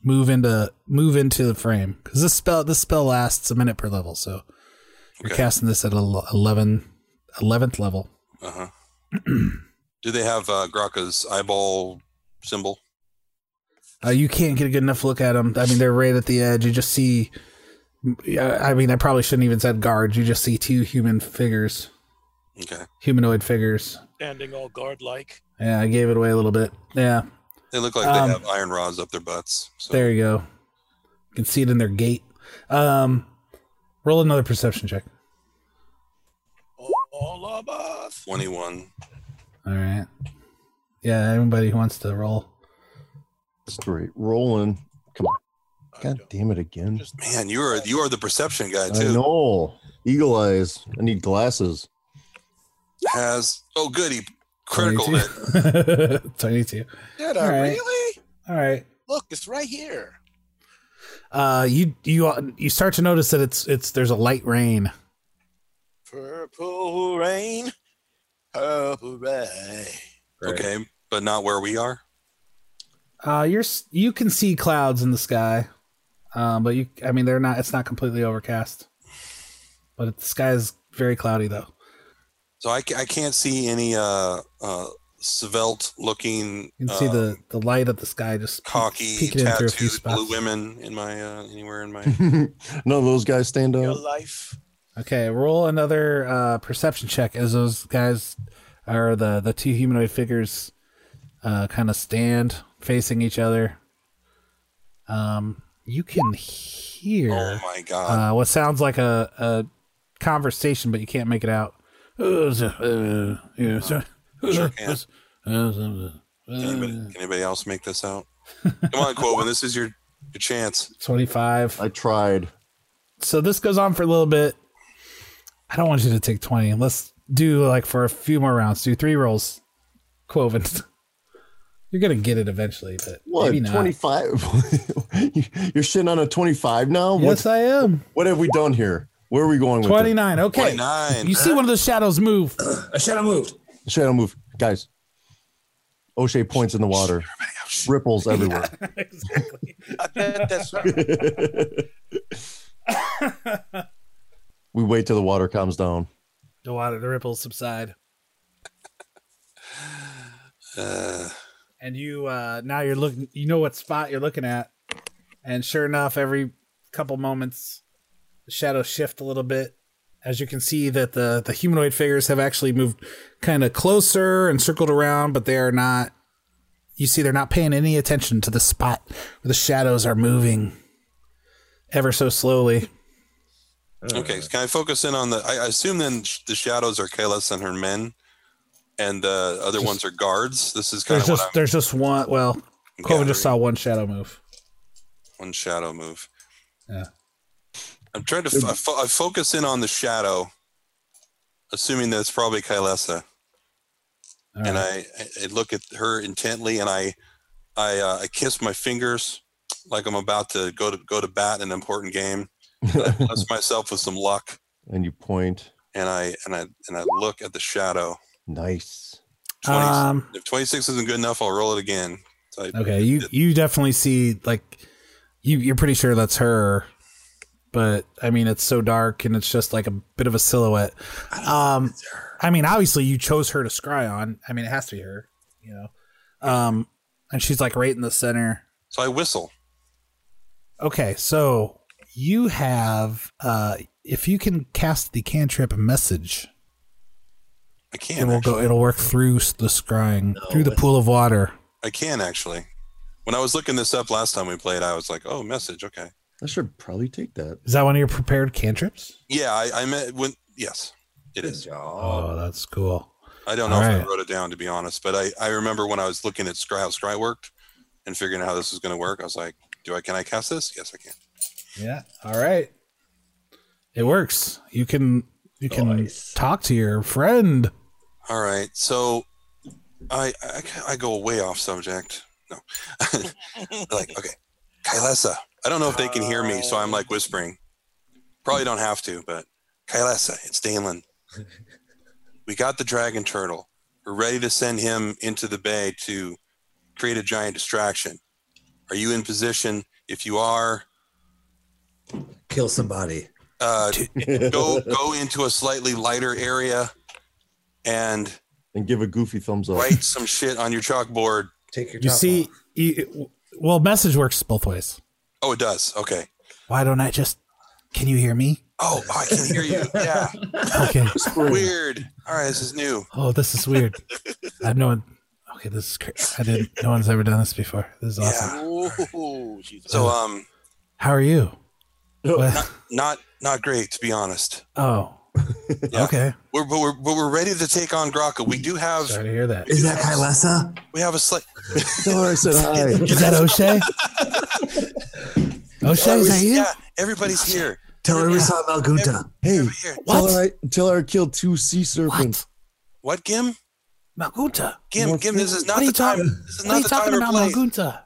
S1: move into move into the frame because this spell this spell lasts a minute per level so you're casting this at ele- 11 11th level
S5: Uh-huh. Do they have uh, Graka's eyeball symbol?
S1: uh, you can't get a good enough look at them i mean they're right at the edge you just see yeah, i mean i probably shouldn't even said guards you just see two human figures
S5: Okay.
S1: humanoid figures
S4: Standing all guard like.
S1: yeah i gave it away a little bit yeah
S5: They look like
S1: Um,
S5: they have iron rods up their butts. So
S1: there you go you can see it in their gait um roll another perception check
S4: All of us.
S5: 21.
S1: all right yeah anybody who wants to roll
S6: Straight rolling. Come on. God damn it again.
S5: Man, you are you are the perception guy
S6: I
S5: too.
S6: know. Eagle eyes. I need glasses.
S5: Has oh goody critical hit.
S1: 22
S4: Did
S1: All
S4: I
S1: right.
S4: really?
S1: all right
S4: Look, it's right here.
S1: uh you you you start to notice that it's it's there's a light rain
S4: Purple rain. Purple rain.
S5: Okay, but not where we are.
S1: uh you're s- you can see clouds in the sky um but you i mean they're not it's not completely overcast but it, the sky is very cloudy though
S5: So I, ca- I can't see any uh uh svelte looking
S1: you can see
S5: uh,
S1: the the light of the sky just peek-
S5: cocky
S1: peeking in through a few
S5: tattooed
S1: spots
S5: blue women in my uh anywhere in my
S6: None of those guys stand out.
S4: life.
S1: okay roll another uh perception check as those guys are the the two humanoid figures uh kind of stand facing each other um you can hear
S5: Oh my god.
S1: uh, what sounds like a, a conversation, but you can't make it out. Uh, uh, yeah, so-
S5: Sure
S1: uh,
S5: can.
S1: uh,
S5: anybody, can anybody else make this out? Come on, Quoven, this is your your chance.
S1: 25.
S6: I tried.
S1: So this goes on for a little bit. I don't want you to take 20. Let's do like for a few more rounds. Do three rolls. Quoven. You're going to get it eventually, but
S6: What?
S1: maybe not.
S6: 25? You're shitting on a 25 now?
S1: Yes, I am.
S6: What have we done here? Where are we going with this?
S1: 29. Okay.
S5: 29.
S1: You see one of those shadows move.
S9: A shadow moved.
S6: Shadow move. Guys, O'Shea points in the water. Ripples everywhere.
S4: I bet that's
S6: we wait till the water calms down.
S1: The water, the ripples subside.
S5: Uh.
S1: and you uh now you're looking you know what spot you're looking at and sure enough every couple moments the shadows shift a little bit as you can see that the the humanoid figures have actually moved kind of closer and circled around but they are not you see they're not paying any attention to the spot where the shadows are moving ever so slowly
S5: Okay, can I focus in on the? I I assume then sh- the shadows are Kalis and her men, and the other ones are guards. This is kind
S1: there's
S5: of what
S1: just
S5: I'm-
S1: there's just one well Clover just saw one shadow move
S5: one shadow move.
S1: Yeah.
S5: I'm trying to. F- I, fo- I focus in on the shadow, assuming that it's probably Kylesa, and I, I- I look at her intently, and I, I, uh, I kiss my fingers like I'm about to go to go to bat in an important game. And I bless myself with some luck,
S6: and you point.
S5: and I and I and I look at the shadow.
S6: Nice.
S5: 20,
S1: Um,
S5: if 26 isn't good enough, I'll roll it again. So I-
S1: Okay, you you definitely see like you you're pretty sure that's her, but I mean it's so dark and it's just like a bit of a silhouette. Um, I mean obviously you chose her to scry on. I mean it has to be her, you know. Um, and she's like right in the center.
S5: So I whistle.
S1: Okay, so you have uh if you can cast the cantrip message.
S5: I can.
S1: It will go. It'll work through s- the scrying through the pool of water.
S5: I can actually. When I was looking this up last time we played, I was like, "Oh, message, okay."
S6: I should probably take that.
S1: Is that one of your prepared cantrips?
S5: Yeah, I, I meant when. Yes, it is.
S1: Oh, that's cool.
S5: I don't know
S1: All
S5: if I
S1: right.
S5: wrote it down to be honest, but I, I remember when I was looking at Scry how Scry worked and figuring out how this was going to work. I was like, "Do I can I cast this? Yes, I can."
S1: Yeah. All right. It works. You can you can talk to your friend.
S5: All right, so I I, I go way off subject. No, like okay, Kylesa. I don't know if they can hear me, so I'm like whispering. Probably don't have to, but Kylesa, it's Dalen. We got the dragon turtle. We're ready to send him into the bay to create a giant distraction. Are you in position? If you are,
S2: Kill somebody.
S5: uh, go go into a slightly lighter area and
S6: And give a goofy thumbs up.
S5: write some shit on your chalkboard.
S9: Take your
S1: You see, you, well, message works both ways.
S5: Oh, it does. Okay.
S1: Why don't I just? Can you hear me?
S5: Oh, I can hear you. Yeah.
S1: Okay.
S5: It's weird. All right, this is new.
S1: Oh, this is weird. I've no one. Okay, this is crazy. I didn't. No one's ever done this before. This is awesome.
S5: Ooh, so um,
S1: How are you? What?
S5: not not great to be honest.
S1: Oh. Okay.
S5: We're but we're but we're ready to take on Graka. We do have.
S1: Sorry to hear that.
S2: Is that Kylesa?
S5: We have a slight.
S6: Tell her I said hi.
S1: Is that O'Shea? O'Shea, is that you?
S5: Yeah, everybody's here.
S2: Tell her we saw Malgunta.
S6: Hey,
S5: Here.
S6: tell her, I, tell her I killed two sea serpents.
S5: What, Gim?
S1: Malgunta.
S5: Gim,
S6: More
S5: Gim. This is not
S1: What are you
S5: the time.
S1: talking?
S5: This is
S1: What are
S5: not
S1: you
S5: the time
S1: talking
S5: or
S1: about,
S5: place.
S1: Malgunta?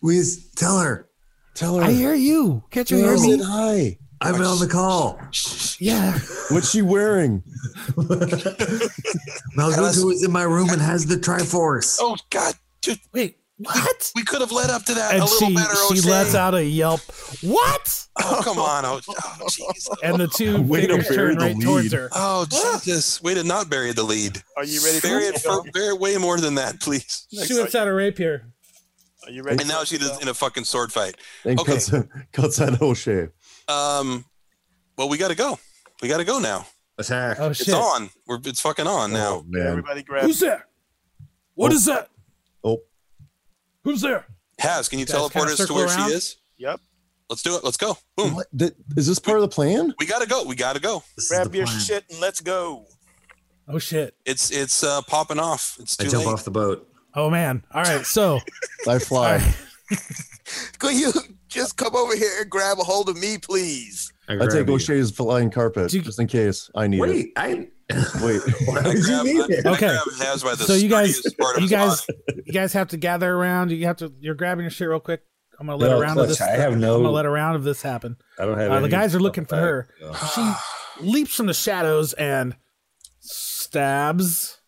S2: We tell her.
S6: Tell her
S1: I hear you. Can't Oh. you
S6: tell her
S1: hear
S6: I
S1: me?
S6: said hi.
S2: I've been on the call.
S1: Yeah.
S6: What's she wearing?
S2: Malgunta was in my room and has the Triforce.
S5: Oh God, dude,
S1: Wait. What?
S5: we could have led up to that
S1: and
S5: a little
S1: she
S5: better.
S1: she
S5: O'Shea.
S1: lets out a yelp. What?
S5: Oh come on, oh, oh jeez,
S1: And the two
S6: Way to
S1: figures
S6: bury
S1: turn
S6: the
S1: right
S6: lead.
S1: towards her.
S5: oh Jesus, way to not bury the lead.
S4: Are you ready? For
S5: Bury it for, bury it way more than that, please.
S1: She whips out a rapier.
S4: Are you ready?
S5: And now she's in a fucking sword fight.
S6: And
S5: Okay.
S6: cuts, cuts out O'Shea.
S5: Um, well, we got to go. We got to go now.
S2: Attack.
S1: Oh shit!
S5: It's on. We're it's fucking on now.
S6: Oh, man.
S4: Everybody grab.
S1: Who's there? What
S6: Oh.
S1: is that?
S6: Oh.
S1: Who's there?
S5: Has, can you
S1: Guys,
S5: teleport
S1: kinda
S5: us to
S1: circle
S5: where
S1: around.
S5: she is?
S4: Yep.
S5: Let's do it. Let's go. Boom.
S6: What? Th- Is this part of the plan?
S5: We gotta go. We gotta go.
S2: This is
S4: Grab
S2: the
S4: your
S2: plan.
S4: shit and let's go.
S1: Oh shit!
S5: It's it's uh, popping off. It's
S2: I
S5: too
S2: jump
S5: late.
S2: off the boat.
S1: Oh man! All right, so
S6: I fly.
S10: Could you just come over here and grab a hold of me, please?
S6: I
S2: grab
S6: take
S2: you.
S6: O'Shea's flying carpet
S1: Do you-
S6: just in case I need it.
S2: Wait, I.
S6: Wait,
S2: Why
S5: I
S2: did you
S5: grab-
S2: need it?
S5: I- I
S1: Okay.
S5: grab Has by the
S1: so you guys
S5: sturdiest part of
S1: you
S5: his
S1: guys
S5: body.
S1: you guys have to gather around. You have to. You're grabbing your shit real quick. I'm gonna let
S9: No,
S1: a round of
S9: clutch.
S1: this.
S9: I have no-
S1: I'm gonna let a round of this happen.
S9: I don't have.
S1: Uh, the
S9: any
S1: guys are
S9: stuff
S1: looking for
S9: back.
S1: her.
S9: No.
S1: She leaps from the shadows and stabs.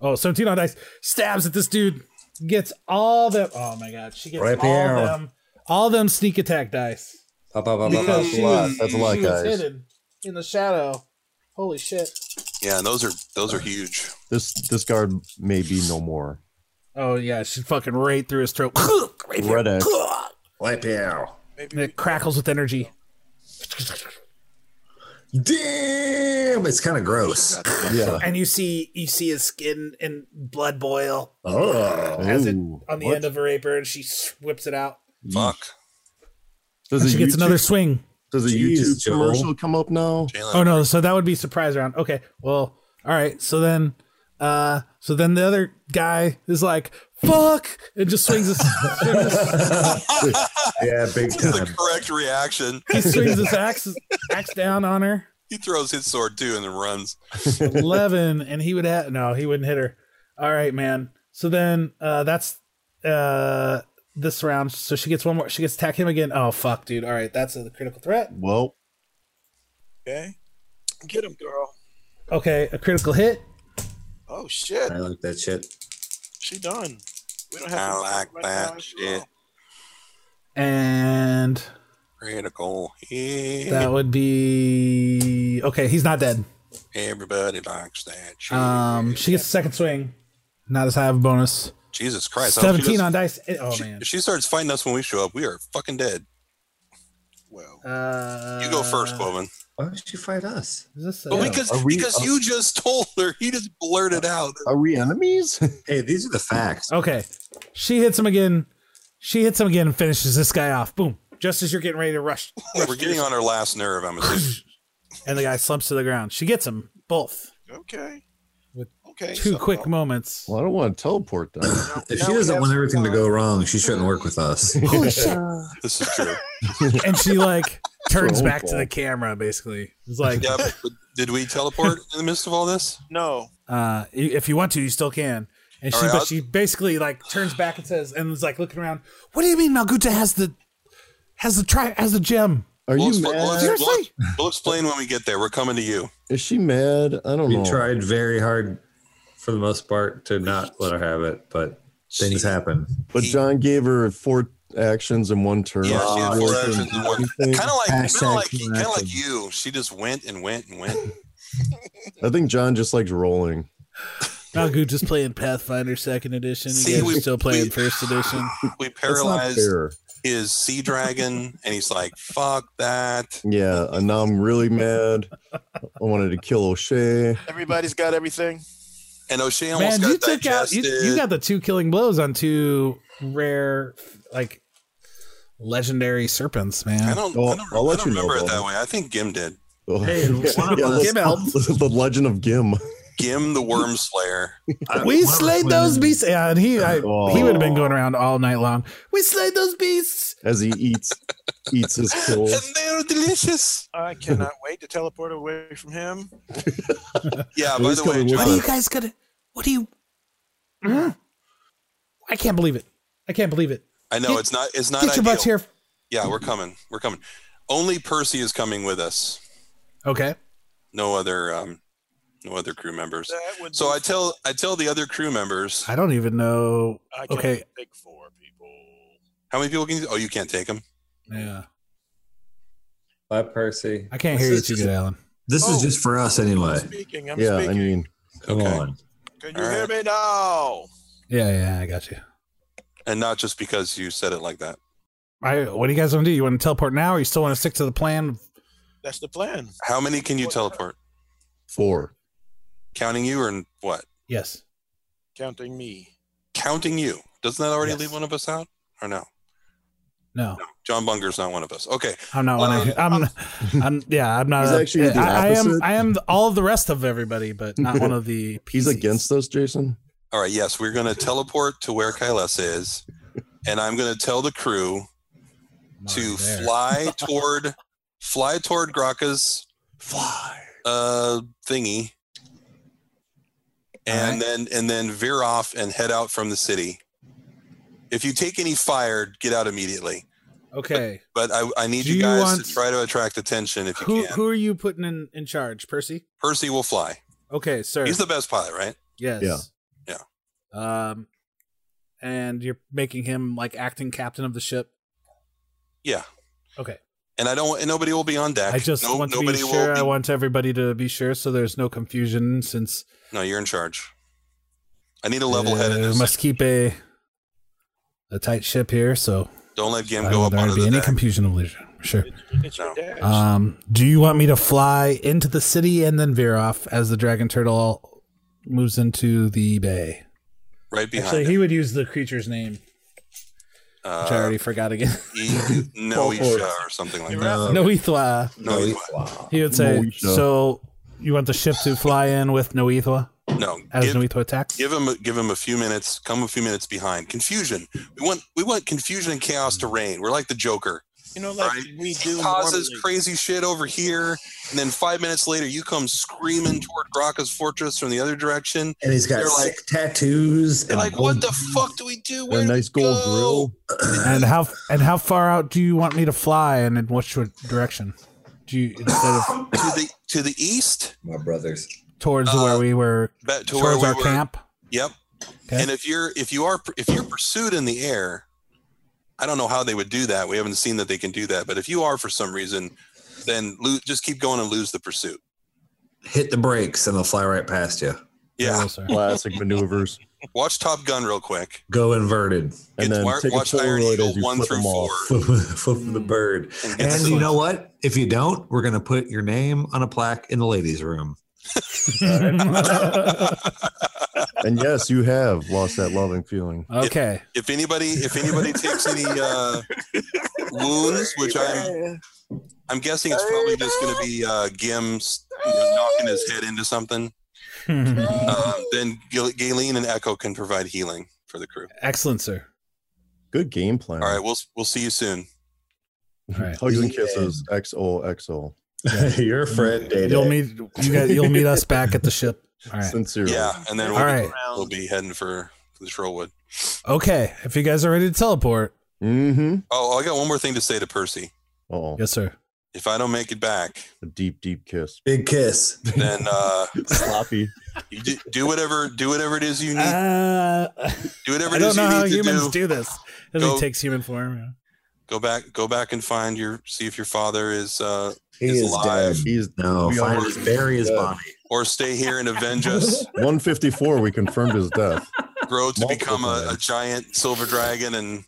S1: Oh, 17 on dice. Stabs at this dude. Gets all them. Oh my god. She gets
S9: Right
S1: all
S9: there.
S1: them. All them sneak attack dice.
S9: Pop, pop, pop, pop,
S1: Because
S9: pop.
S1: she
S6: lot.
S1: was-
S6: That's a lot,
S1: she was
S6: guys.
S1: hidden in the shadow. Holy shit.
S5: Yeah, and those are those are huge.
S6: This this guard may be no more.
S1: Oh, yeah. She's fucking right through his throat. right
S6: Red X.
S9: Right there.
S1: And it crackles with energy.
S9: Damn, it's kind of gross.
S1: And you see you see his skin and blood boil
S9: Oh.
S1: as it
S9: Ooh,
S1: on the
S9: what?
S1: end of her apron and she whips it out.
S5: Fuck.
S6: Does
S1: She
S6: a
S1: gets another swing.
S6: Does a
S1: Jeez,
S6: YouTube
S1: Joel.
S6: commercial come up now?
S1: Oh no, so that would be surprise round. Okay. Well, all right. So then uh so then the other guy is like, "Fuck!" and just swings his
S9: yeah, big
S5: That's the correct reaction.
S1: he swings his axe axe down on her.
S5: He throws his sword too and then runs.
S1: 11 and he would have no he wouldn't hit her all right man so then uh that's uh this round so she gets one more she gets to attack him again oh fuck dude all right that's a critical threat
S6: Well,
S4: Okay. Get him, girl.
S1: okay a critical hit
S4: Oh shit.
S9: I like that shit.
S4: She done. We don't have
S5: I
S4: to
S5: like
S4: right now.
S5: that shit.
S1: and
S5: Critical hit.
S1: that would be okay he's not dead
S5: Everybody likes that shit.
S1: um she gets a second swing not as high of a bonus
S5: Jesus Christ. I hope she
S1: 17
S5: doesn't-
S1: on dice oh
S5: she-
S1: man
S5: If she starts fighting us when we show up, we are fucking dead. Well,
S1: uh,
S5: you go first, Bowman.
S9: Why don't you fight us?
S1: Is this
S5: Well, because because you just told her, you just blurted out.
S6: Are we enemies?
S9: hey, these are the facts.
S1: Okay. She hits him again. She hits him again and finishes this guy off. Boom. Just as you're getting ready to rush.
S5: We're getting on our last nerve, I'm assuming.
S1: And the guy slumps to the ground. She gets him both.
S4: Okay.
S1: With
S4: okay.
S1: Two
S4: so-
S1: quick moments.
S6: Well, I don't want to teleport then.
S9: If she doesn't want everything to go wrong, she shouldn't work with us.
S1: Holy shit.
S5: This is true.
S1: And she like turns
S9: Troll
S1: back to
S9: ball.
S1: the camera basically. It's like
S5: yeah, but did we teleport in the midst of all this?
S4: No.
S1: uh you- if you want to, you still can. And she
S5: All right,
S1: but
S5: I'll-
S1: she basically like turns back and says and is like looking around, What do you mean Malguta has the has the try has the gem?
S6: Are
S5: We'll,
S6: you
S5: expl- we'll,
S6: mad?
S5: we'll- we'll explain when we get there. We're coming to you.
S6: Is she mad? I don't
S9: We
S6: know.
S9: tried very hard, for the most part, to not let her have it, but things happen.
S6: But John gave her four actions in one turn.
S5: Yeah, she had four
S6: Really
S5: actions in one.
S6: anything.
S5: Kind of like, kind of
S6: Hashtag
S5: like,
S6: four
S5: kind of like
S6: actions.
S5: you. She just went and went and went.
S6: I think John just likes rolling.
S1: Malguta's playing Pathfinder second edition.
S5: See,
S1: you guys are
S5: we-
S1: still playing
S5: we-
S1: first edition.
S5: We
S6: That's not
S5: paralyzed
S6: fair.
S5: his sea dragon, and he's like, "Fuck that."
S6: Yeah, and now I'm really mad. I wanted to kill O'Shea.
S4: Everybody's got everything.
S5: And O'Shea
S1: Man,
S5: almost
S1: you
S5: got
S1: took out you,
S5: digested.
S1: you got the two killing blows on two rare like legendary serpents, man.
S5: I don't. I don't,
S6: Oh, I'll
S5: I
S6: let
S5: don't
S6: you know,
S5: remember it
S6: Bo.
S5: that way. I think Gim did.
S6: Yeah, the- the legend of Gim.
S5: Gim the Worm Slayer.
S1: we slayed those beasts. Yeah, and he I, he
S6: Oh.
S1: would have been going around all night long. We slayed those beasts.
S6: as he eats eats his kill.
S5: They're delicious.
S4: I cannot wait to teleport away from him.
S5: Yeah.
S6: Well,
S5: By
S6: he's
S5: the way,
S6: coming with
S1: What are you
S5: John,
S1: guys gonna what do you Mm. I can't believe it. I can't believe it.
S5: I know it's not. It's not
S1: Get your
S5: ideal.
S1: butts here.
S5: Yeah, we're coming. We're coming. Only Percy is coming with us.
S1: Okay.
S5: No other. Um, no other crew members.
S4: That would
S5: So
S4: be-
S5: I tell I tell the other crew members
S1: I don't even know.
S4: I can't
S1: Okay.
S4: pick four people.
S5: how many people can. You, oh, you can't take them.
S1: Yeah.
S9: Bye, Percy.
S1: I can't hear you too good, Alan.
S9: This
S4: Oh.
S9: is just for us anyway.
S4: Speaking, I'm
S6: Yeah, I
S4: speaking.
S6: mean,
S9: Come
S5: Okay.
S9: on.
S4: Can you
S5: All
S4: hear
S5: right.
S4: me now?
S1: Yeah, yeah, I got you.
S5: And not just because you said it like that.
S1: I, what do you guys want to do? You want to teleport now, or you still want to stick to the plan?
S4: That's the plan.
S5: How many can you teleport?
S6: four.
S5: Counting you or what?
S1: Yes.
S4: Counting me.
S5: Counting you. Doesn't that already
S1: Yes.
S5: leave one of us out? Or no?
S1: No,
S5: John Bunger's not one of us. Okay.
S1: I'm not one.
S5: Uh,
S1: Of, I'm, I'm, yeah, I'm not.
S6: He's
S1: a-
S6: actually the
S1: I, I am.
S6: opposite.
S1: I am the- all of the rest of everybody, but not one of the.
S6: He's
S1: PCs.
S6: against us, Jason.
S5: All right. Yes, we're going to teleport to where Kyles is. And I'm going to tell the crew
S1: I'm already
S5: to
S1: there.
S5: fly toward fly toward Graka's
S6: Fly.
S5: uh thingy. And then and then veer off and head out from the city. If you take any fire, get out immediately.
S1: Okay,
S5: But I, I need
S1: Do
S5: you,
S1: you
S5: guys
S1: want-
S5: to try to attract attention if you
S1: who
S5: can.
S1: who are you putting in in charge, Percy?
S5: Percy will fly.
S1: Okay, sir.
S5: He's the best pilot, right?
S1: yes.
S5: Yeah.
S1: Yeah. Um, and you're making him like acting captain of the ship.
S5: Yeah.
S1: Okay.
S5: and I don't. And nobody will be on deck.
S1: I just
S5: No-
S1: want to be
S5: nobody will
S1: sure. I want everybody to be sure, so there's no confusion. Since
S5: No, you're in charge. I need a
S1: uh,
S5: level headed.
S1: must keep a a tight ship here, so
S5: Don't let Gim
S1: I
S5: go
S1: will
S5: up
S1: there
S5: onto
S1: be
S5: the
S1: any
S5: deck.
S1: confusion of leisure. Sure.
S5: No.
S1: Um, do you want me to fly into the city and then veer off as the dragon turtle moves into the bay?
S5: Right behind.
S1: Actually, he would use the creature's name, which
S5: uh,
S1: I already forgot again.
S5: E- Noisha or something like that.
S1: Noethwa.
S5: Noethwa.
S1: He would say,
S5: Noethwa.
S1: "So you want the ship to fly in with Noethwa?"
S5: No,
S1: as
S5: give-
S1: Noethwa attacks.
S5: Give him, give him a few minutes. Come a few minutes behind. Confusion. We want, we want confusion and chaos to reign. We're like the Joker.
S4: You know, like we do.
S5: Causes
S4: normally.
S5: crazy shit over here, and then five minutes later, you come screaming toward Graka's fortress from the other direction.
S9: And he's got
S5: They're like,
S9: sick tattoos.
S5: they're
S9: and
S5: like, what the fuck do we do? Where
S9: a
S5: do we
S9: nice gold
S5: go?"
S9: grill.
S1: and how and how far out do you want me to fly, and in which direction? Do you instead of
S5: to the to the east,
S9: my brothers.
S1: towards where we were
S5: back to where
S1: towards
S5: we
S1: our
S5: were.
S1: camp?
S5: Yep.
S1: Okay.
S5: And if you're if you are if you're pursued in the air, I don't know how they would do that. We haven't seen that they can do that. But if you are for some reason, then lo- just keep going and lose the pursuit.
S2: Hit the brakes and they'll fly right past you.
S5: Yeah.
S6: Classic maneuvers.
S5: Watch Top Gun real quick.
S2: Go inverted.
S6: And then
S5: Watch-
S6: take a
S5: watch Iron
S6: Polaroid
S5: Eagle
S6: as you
S5: one
S6: flip
S5: through
S6: them off.
S5: four.
S2: Flip, flip the bird.
S5: And,
S2: And you know what? If you don't, we're going to put your name on a plaque in the ladies' room.
S6: And yes, you have lost that loving feeling.
S1: Okay.
S5: If anybody if anybody takes any uh, wounds, which I'm I'm guessing it's probably just going to be uh, Gim's you know, knocking his head into something. Uh, then Gal- Galen and Echo can provide healing for the crew.
S1: Excellent, sir.
S6: Good game plan.
S5: All right, we'll we'll see you soon.
S1: right.
S6: Hugs and kisses. XOXO.
S9: Your friend dated.
S1: You'll meet you guys. You'll meet us back at the ship. All right.
S6: Sincerely.
S5: Yeah, and then
S1: All
S5: we'll, be,
S1: right.
S5: we'll be heading for the Trollwood.
S1: Okay. If you guys are ready to teleport,
S6: Mm-hmm.
S5: Oh, I got one more thing to say to Percy.
S6: Oh,
S1: yes, sir.
S5: If I don't make it back,
S6: a deep, deep kiss.
S9: Big kiss.
S5: then uh,
S6: Sloppy.
S5: you do, do whatever do whatever it is you need.
S1: Uh,
S5: do whatever
S1: I
S5: it
S1: don't
S5: is you
S1: know how
S5: need to
S1: humans
S5: do.
S1: do this. It only
S5: Go-
S1: takes human form. yeah.
S5: Go back, go back and find your see if your father is uh,
S9: He
S5: is,
S9: is
S5: alive,
S9: dead.
S6: He's
S2: No,
S6: We
S2: find
S6: are-
S2: his, bury his
S6: Yeah.
S2: body.
S5: or stay here and avenge us.
S6: 154. We confirmed his death.
S5: Grow to
S6: Multiple
S5: become a, a
S6: times.
S5: giant silver dragon and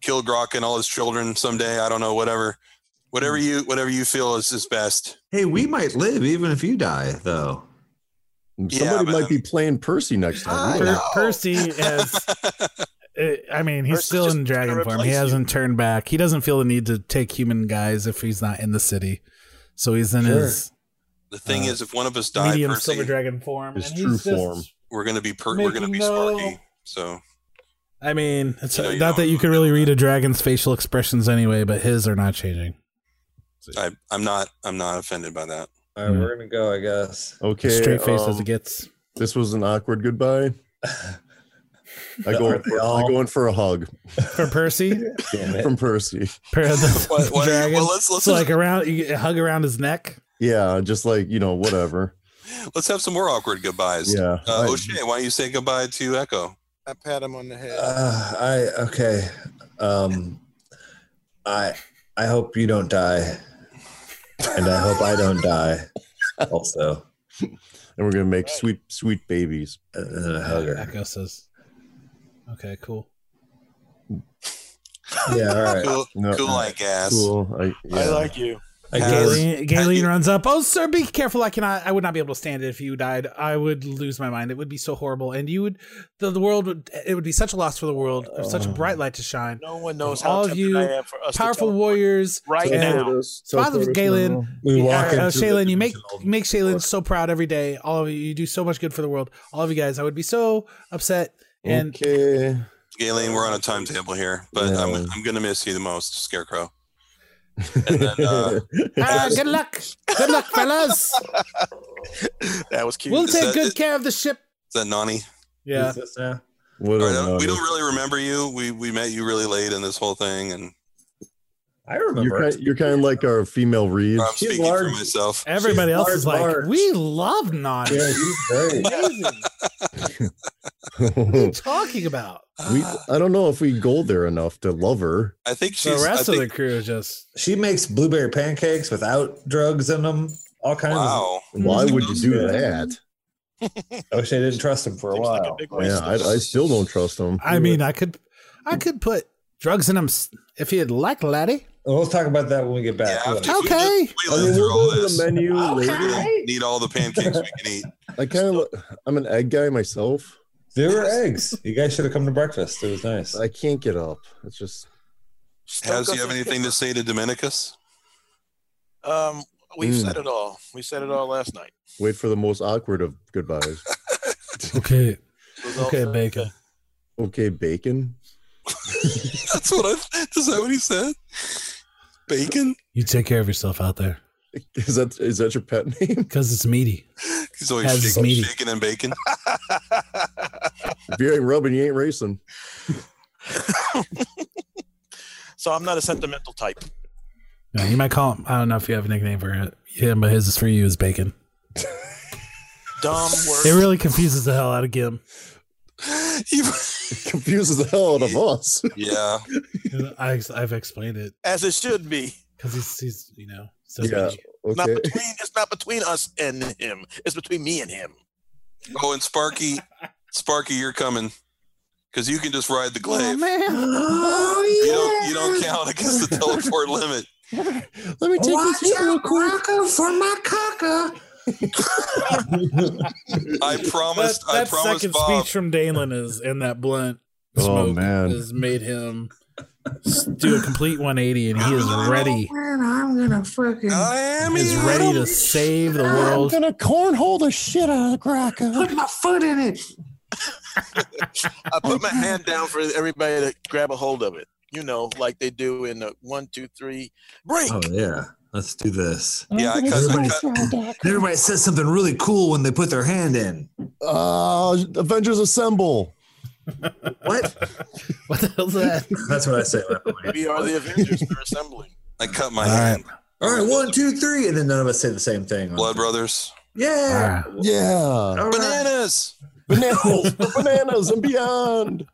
S5: kill Grok and all his children someday. I don't know. Whatever,
S6: Hmm.
S5: whatever you whatever you feel is is best.
S2: Hey, we might live even if you die, though.
S6: Somebody
S5: Yeah, but- Ah,
S6: might be playing Percy next time. We don't-
S1: Percy has. uh, I mean, he's
S4: Percy's
S1: still
S4: just
S1: in dragon
S4: gonna
S1: form. He
S4: replace you.
S1: hasn't turned back. He doesn't feel the need to take human guys if he's not in the city. So he's in
S9: Sure.
S1: his
S5: The thing
S6: Uh,
S5: is, if one of us died,
S1: medium
S5: Percy,
S1: silver dragon form.
S6: His
S1: and he's
S6: true
S1: just-
S6: form.
S5: we're gonna be per- we're gonna be
S1: Making no-
S5: sparky. So
S1: I mean, it's
S5: You know, you
S1: not that
S5: don't-
S1: you could really read a dragon's facial expressions anyway, but his are not changing.
S5: I, I'm not I'm not offended by that.
S9: All right, we're gonna go. I guess.
S6: Okay.
S1: Straight face
S6: um,
S1: as it gets.
S6: This was an awkward goodbye. I go,
S9: Are
S6: in
S9: they
S6: for, I
S9: all-
S6: go in for a hug
S1: For Percy,
S9: Damn it.
S6: from Percy.
S1: pair of the
S5: What- what are you-
S1: dragon.
S5: well, let's- let's
S1: so like around, you get a hug around his neck.
S6: Yeah, just like you know, whatever.
S5: Let's have some more awkward goodbyes.
S6: Yeah,
S5: Uh,
S6: I-
S5: O'Shea, why don't you say goodbye to Echo?
S10: I pat him on the head.
S9: Uh, I okay. Um, I I hope you don't die, and I hope I don't die. Also,
S6: And we're gonna make sweet, sweet babies.
S9: and then a hugger.
S1: Echo says, "Okay, cool."
S9: Yeah, all right.
S5: Cool,
S6: No,
S5: cool like ass.
S6: Cool. I,
S4: I
S6: yeah.
S4: like you.
S9: I guess.
S1: Galen, Galen runs up. Oh, sir, be careful! I cannot. I would not be able to stand it if you died. I would lose my mind. It would be so horrible, and you would. The, the world would. It would be such a loss for the world. There's such a bright light to shine.
S4: No one knows
S1: All
S4: how
S1: of
S4: tempted
S1: you
S4: I am for us to
S1: Powerful
S4: teleport
S1: warriors.
S4: right
S1: and-
S4: now.
S1: Father Galen,
S9: We walk
S1: uh,
S9: into
S1: uh,
S9: the
S1: Shaylin, you make
S9: dimensional-
S1: you make Shaylin so proud every day. All of you, you do so much good for the world. All of you guys, I would be so upset. And
S6: okay.
S5: Galen, we're on a timetable here, but
S6: Yeah.
S5: I'm, I'm gonna miss you the most, Scarecrow. And then uh,
S1: Ah, good luck, good luck, fellas.
S4: That was cute.
S1: We'll
S5: Is
S1: take
S5: that
S1: good
S5: it?
S1: care of the ship.
S5: is that Nani?
S1: Yeah,
S9: Is this now?
S6: What
S5: All
S6: a
S5: right, I don't- we
S6: nugget.
S5: don't really remember you. We we met you really late in this whole thing, and
S9: I
S6: You're
S9: remember.
S6: kind, you're kind of like our female Reed.
S5: I'm
S9: she's
S5: speaking for
S9: large.
S5: myself.
S1: everybody else
S9: large,
S1: is like,
S9: large.
S1: we love Nani.
S9: Yeah, he's great.
S1: What are you talking about?
S6: we, I don't know if we go there enough to love her.
S5: Uh, I think
S1: The rest of the crew is just
S9: She makes blueberry pancakes without drugs in them. All kinds of.
S6: Why
S5: Mm-hmm.
S6: would you do that?
S9: I wish I didn't trust him for a while.
S6: Yeah, I, I still don't trust him.
S1: I mean, I could, I could put drugs in him s- if you'd like, laddie.
S9: We'll talk about that when we get back.
S5: Yeah, after we
S1: Okay.
S5: just- we lived through all this.
S6: menu
S5: We don't need all the pancakes we can eat.
S6: I kind of, I'm an egg guy myself.
S9: There were eggs. You guys should have come to breakfast. It was nice.
S6: I can't get up. It's just
S5: Has you have anything to say to Dominicus?
S4: Um, we've
S6: Mm.
S4: said it all. We said it all last night.
S6: wait for the most awkward of goodbyes.
S1: Okay.
S4: It was all
S1: Okay,
S4: for-
S1: bacon.
S6: Okay, bacon.
S5: That's what I. Is that what he said? Bacon.
S1: You take care of yourself out there
S6: Is that is that your pet name?
S1: because it's meaty.
S5: He's always
S1: Has
S5: shaking,
S1: meaty.
S5: shaking and bacon.
S6: If you ain't rubbing, you ain't racing.
S4: So I'm not a sentimental type.
S1: Yeah, you might call him. I don't know if you have a nickname for it- him, but his is for you is bacon.
S4: Dumb
S1: It
S4: word.
S1: really confuses the hell out of Gim.
S6: It confuses the hell out of us.
S5: yeah.
S1: I, I've explained it
S4: As it should be.
S1: because he's, he's, you know, so
S6: Yeah.
S4: Not
S6: Okay.
S4: between. It's not between us and him. It's between me and him.
S5: Oh, and Sparky, Sparky, you're coming because you can just ride
S6: Oh,
S5: the glaive.
S8: Oh,
S5: You don't. You don't count against the teleport limit.
S6: Let me take
S8: Watch
S6: this hit real
S8: out,
S6: quick.
S8: Rocco, for my caca.
S5: I
S1: That,
S5: promised. I
S1: that
S5: promised
S1: second
S5: Bob.
S1: speech from Dalen is in that blunt.
S6: Oh,
S1: smoke
S6: man.
S1: has made him s- do a complete 180, and he is ready.
S8: Man, I'm gonna fucking.
S5: I am.
S1: Is ready to save the world.
S6: gonna cornhole the shit out of Krakow.
S8: Put my foot in it.
S4: I put my hand down for everybody to grab a hold of it. You know, like they do in the one, two, three, break.
S2: Oh yeah, let's do this.
S5: Yeah, I cut, I cut,
S2: Everybody says something really cool when they put their hand in.
S6: Uh, Avengers Assemble.
S2: What?
S1: What the hell's that?
S2: That's what I say. when I put my hand
S4: We are the Avengers. We're assembling.
S5: I cut my
S2: All right.
S5: hand.
S2: in. All right, one, two, three, and then none of us say the same thing.
S5: Blood Brothers.
S2: Yeah.
S6: Ah. Yeah,
S2: All right.
S5: Bananas.
S6: bananas, for bananas, and beyond.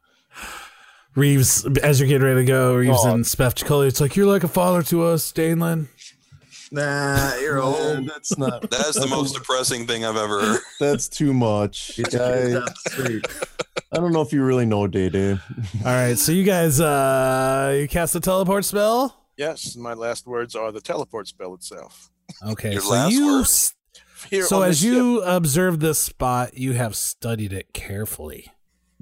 S1: Reeves, as you're getting ready to go, Reeves
S6: Oh.
S1: and Spef Chicoli, it's like you're like a father to us, Danelin.
S2: Nah, you're
S6: Man,
S2: old.
S6: that's not.
S5: That's the most depressing thing I've ever heard.
S6: That's too much.
S2: Get your kids
S6: I,
S2: out the street.
S6: I don't know if you really know Day Day.
S1: All right, so you guys, uh, you cast the teleport spell.
S4: Yes, my last words are the teleport spell itself.
S1: Okay,
S5: Your
S1: so
S5: last
S1: you.
S5: word?
S1: s-
S4: Here
S1: So
S4: on
S1: as
S4: this ship.
S1: you observe this spot, you have studied it carefully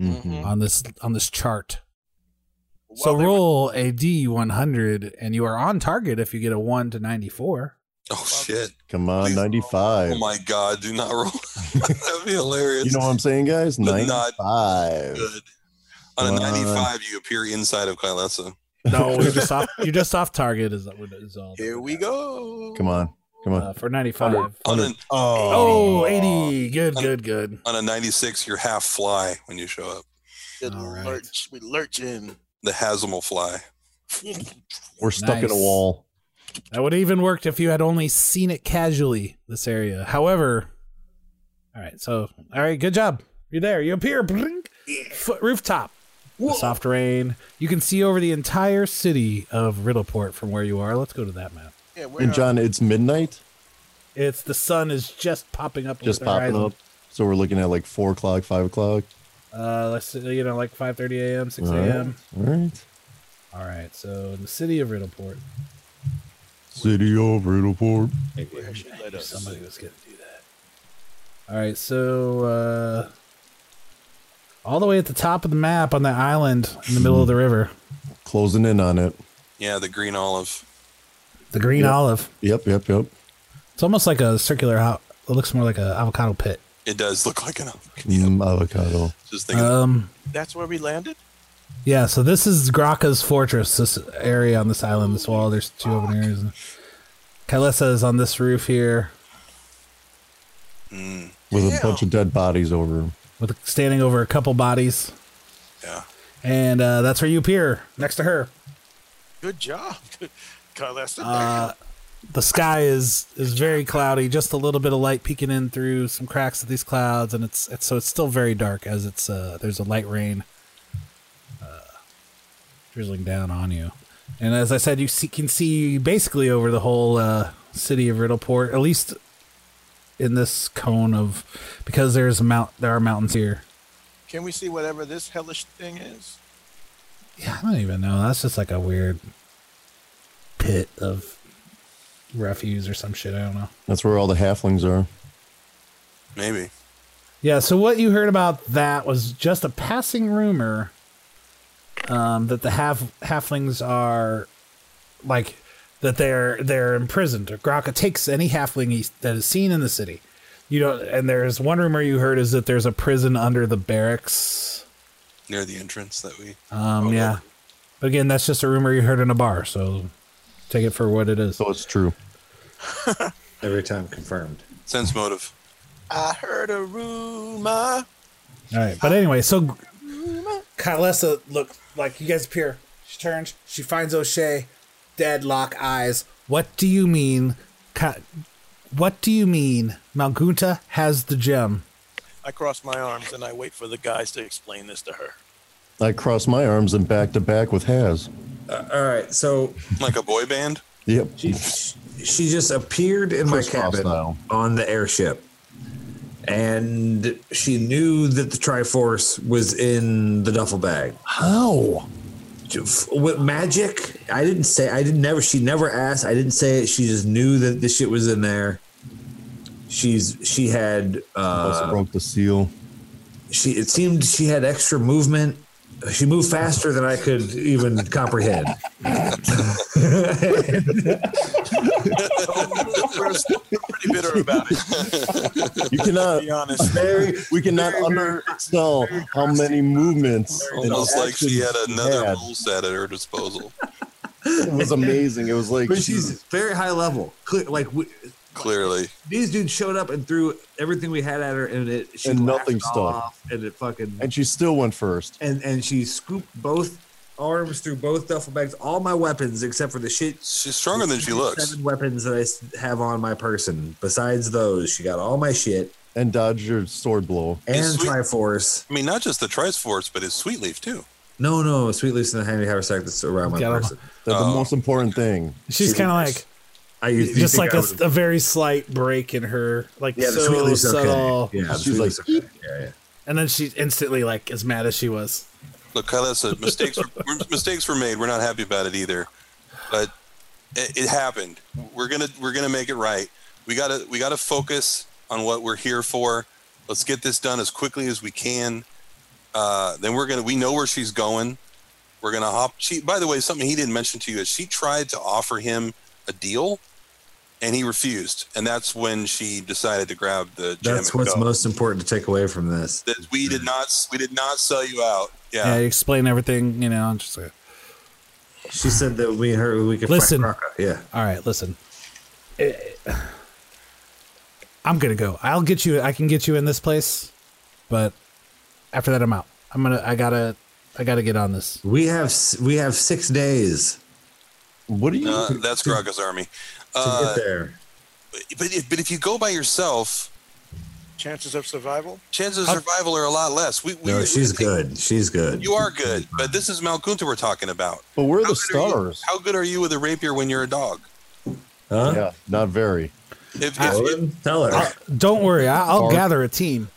S6: Mhm.
S1: on this on this chart. so
S4: Well, Mm-hmm. they were-
S1: roll a d100, and you are on target if you get a one to ninety-four.
S5: Oh shit.
S6: Come on, ninety-five.
S5: Oh my god. Do not roll. That'd be hilarious.
S6: you know what I'm saying, guys?
S5: But not
S6: Ninety-five.
S5: Good. On a
S6: Wow.
S5: 95, you appear inside of Kylesa.
S1: No, you're just off. You're just off target. Is, is all.
S4: Here we go.
S6: Come on, come on.
S1: Uh, for ninety-five.
S5: On a,
S1: Oh, 80. Good, good, good.
S5: on a 96, you're half fly when you show up.
S4: Good
S1: All right.
S4: lurch. We lurch in.
S5: The Hasmel fly.
S6: We're stuck in
S1: nice.
S6: a wall.
S1: That would have even worked if you had only seen it casually, this area. However, all right, so, all right, good job. You're there. You appear. Bling. Foot rooftop. The soft rain. You can see over the entire city of Riddleport from where you are. Let's go to that map.
S4: Yeah, where
S6: And
S4: are-
S6: John, it's midnight.
S1: It's the sun is just popping up. over
S6: Just
S1: the
S6: popping
S1: horizon.
S6: up. So we're looking at like four o'clock, five o'clock.
S1: Uh, let's say, you know, like 5:30 a.m., 6
S6: All right.
S1: a.m.
S6: All right.
S1: All right, so in the city of Riddleport.
S6: City of Riddleport.
S4: where she led us.
S1: Somebody was gonna do that. All right, so uh, all the way at the top of the map on the island in the middle of the
S6: Hmm.
S1: river,
S6: Closing in on it.
S5: Yeah, the green olive.
S1: the green olive.
S6: Yep, yep, yep.
S1: It's almost like a circular. ho- It looks more like an avocado pit.
S5: It does look like an olive.
S6: Mm, avocado.
S5: Just thinking.
S6: Uh.
S1: Um,
S4: That's where we landed.
S1: yeah. So this is Graka's fortress. This area on this island, this wall. There's two open areas. Kylesa is on this roof here,
S5: Mm,
S6: With a bunch of dead bodies over him.
S1: with standing over a couple bodies,
S5: yeah.
S1: and uh, that's where you appear next to her.
S4: Good job. God, that's the
S1: Uh, the sky is is very cloudy, just a little bit of light peeking in through some cracks of these clouds, and it's, it's so it's still very dark as it's uh, there's a light rain uh, drizzling down on you. And as I said, you see, can see basically over the whole uh, city of Riddleport, at least in this cone of because there's a mount there are mountains here.
S4: Can we see whatever this hellish thing is?
S1: I don't even know. That's just like a weird pit of refuse or some shit. I don't know.
S6: That's where all the halflings are.
S5: Maybe.
S1: Yeah, so what you heard about that was just a passing rumor um, that the half halflings are like that they're they're imprisoned. Graka takes any halfling he, that is seen in the city. You don't, and there's one rumor you heard is that there's a prison under the barracks.
S5: near the entrance that we.
S1: Um, yeah, but again, that's just a rumor you heard in a bar, so take it for what it is. So
S6: it's true.
S9: Every time confirmed.
S5: Sense motive.
S4: I heard a rumor.
S1: All right, but anyway, so Kylesa look like you guys appear. She turns. She finds O'Shea, deadlock eyes. What do you mean? Ka- what do you mean? Malgunta has the gem.
S4: I cross my arms and I wait for the guys to explain this to her.
S6: I cross my arms and back to back with Has.
S2: all right, so
S5: like a boy band.
S6: Yep.
S2: She, she just appeared in my cabin on the airship, and she knew that the Triforce was in the duffel bag.
S1: How?
S2: With magic? I didn't say. I didn't never. She never asked. I didn't say it. She just knew that this shit was in there. She's. She had.
S6: Also
S2: Uh,
S6: broke the seal.
S2: she it seemed she had extra movement. She moved faster than I could even comprehend.
S4: We're still pretty bitter about it.
S6: You cannot.
S4: be honest.
S6: Very, we cannot undersell how many movements. and
S5: Almost like she had
S6: actions she
S5: another
S6: had.
S5: rule set at her disposal.
S6: It was amazing. It was like
S2: But she's very high level. Cle- Like we,
S5: Clearly,
S2: these dudes showed up and threw everything we had at her, and it she
S6: And nothing
S2: laughed it all off, and it fucking
S6: and she still went first.
S2: and and she scooped both arms through both duffel bags, all my weapons except for the shit.
S5: She's stronger than she looks.
S2: Seven weapons that I s- have on my person. Besides those, she got all my shit
S6: and dodged your sword blow
S2: and
S5: It's sweet-
S2: Triforce.
S5: I mean, not just the Triforce, but his Sweet Leaf too.
S2: No, no, sweet leaves in the handy haversack that's around my
S1: Got him.
S2: person.
S6: The, the most important thing.
S1: She's kind of like
S2: I used to
S1: just
S2: think
S1: like
S2: I
S1: a,
S2: was-
S1: a very slight break in her, like
S2: Yeah, the sweet
S1: so
S2: leaves
S1: subtle.
S2: okay. Yeah, the
S6: She's
S2: sweet
S6: like,
S2: leaves okay. Yeah, yeah.
S1: And then she instantly like as mad as she was.
S5: Look, Kyla said mistakes were, mistakes were made. We're not happy about it either, but it, it happened. We're gonna we're gonna make it right. We gotta we gotta focus on what we're here for. Let's get this done as quickly as we can. Uh, then we're gonna we know where she's going. We're gonna hop. She by the way, something he didn't mention to you is she tried to offer him a deal, and he refused. And that's when she decided to grab the gem.
S2: That's
S5: and
S2: what's
S5: go.
S2: most important to take away from this.
S5: that we did not we did not sell you out.
S1: Yeah,
S5: Yeah.
S1: you explain everything, you know, and just like,
S2: She said that we and her we could
S1: Listen.
S2: Fight Kraka. yeah.
S1: all right, listen. Eh, I'm gonna go. I'll get you. I can get you in this place, but after that, I'm out. I'm gonna. I gotta. I gotta get on this.
S2: We have s- we have six days
S6: What do you?
S5: Uh, that's Graga's army.
S2: to
S5: Uh,
S2: get there.
S5: but if, but if you go by yourself,
S4: Chances of survival?
S5: chances of survival are a lot less. We, we
S2: No, she's good. She's good.
S5: you are good, but this is Malkunta we're talking about.
S6: But we're the
S5: good are you-
S6: stars.
S5: How good are you with a rapier when you're a dog?
S2: Huh?
S6: Yeah, not very.
S5: If,
S1: I-
S5: if,
S2: Well, tell her.
S1: Don't worry. I, I'll
S6: Sorry.
S1: gather a team.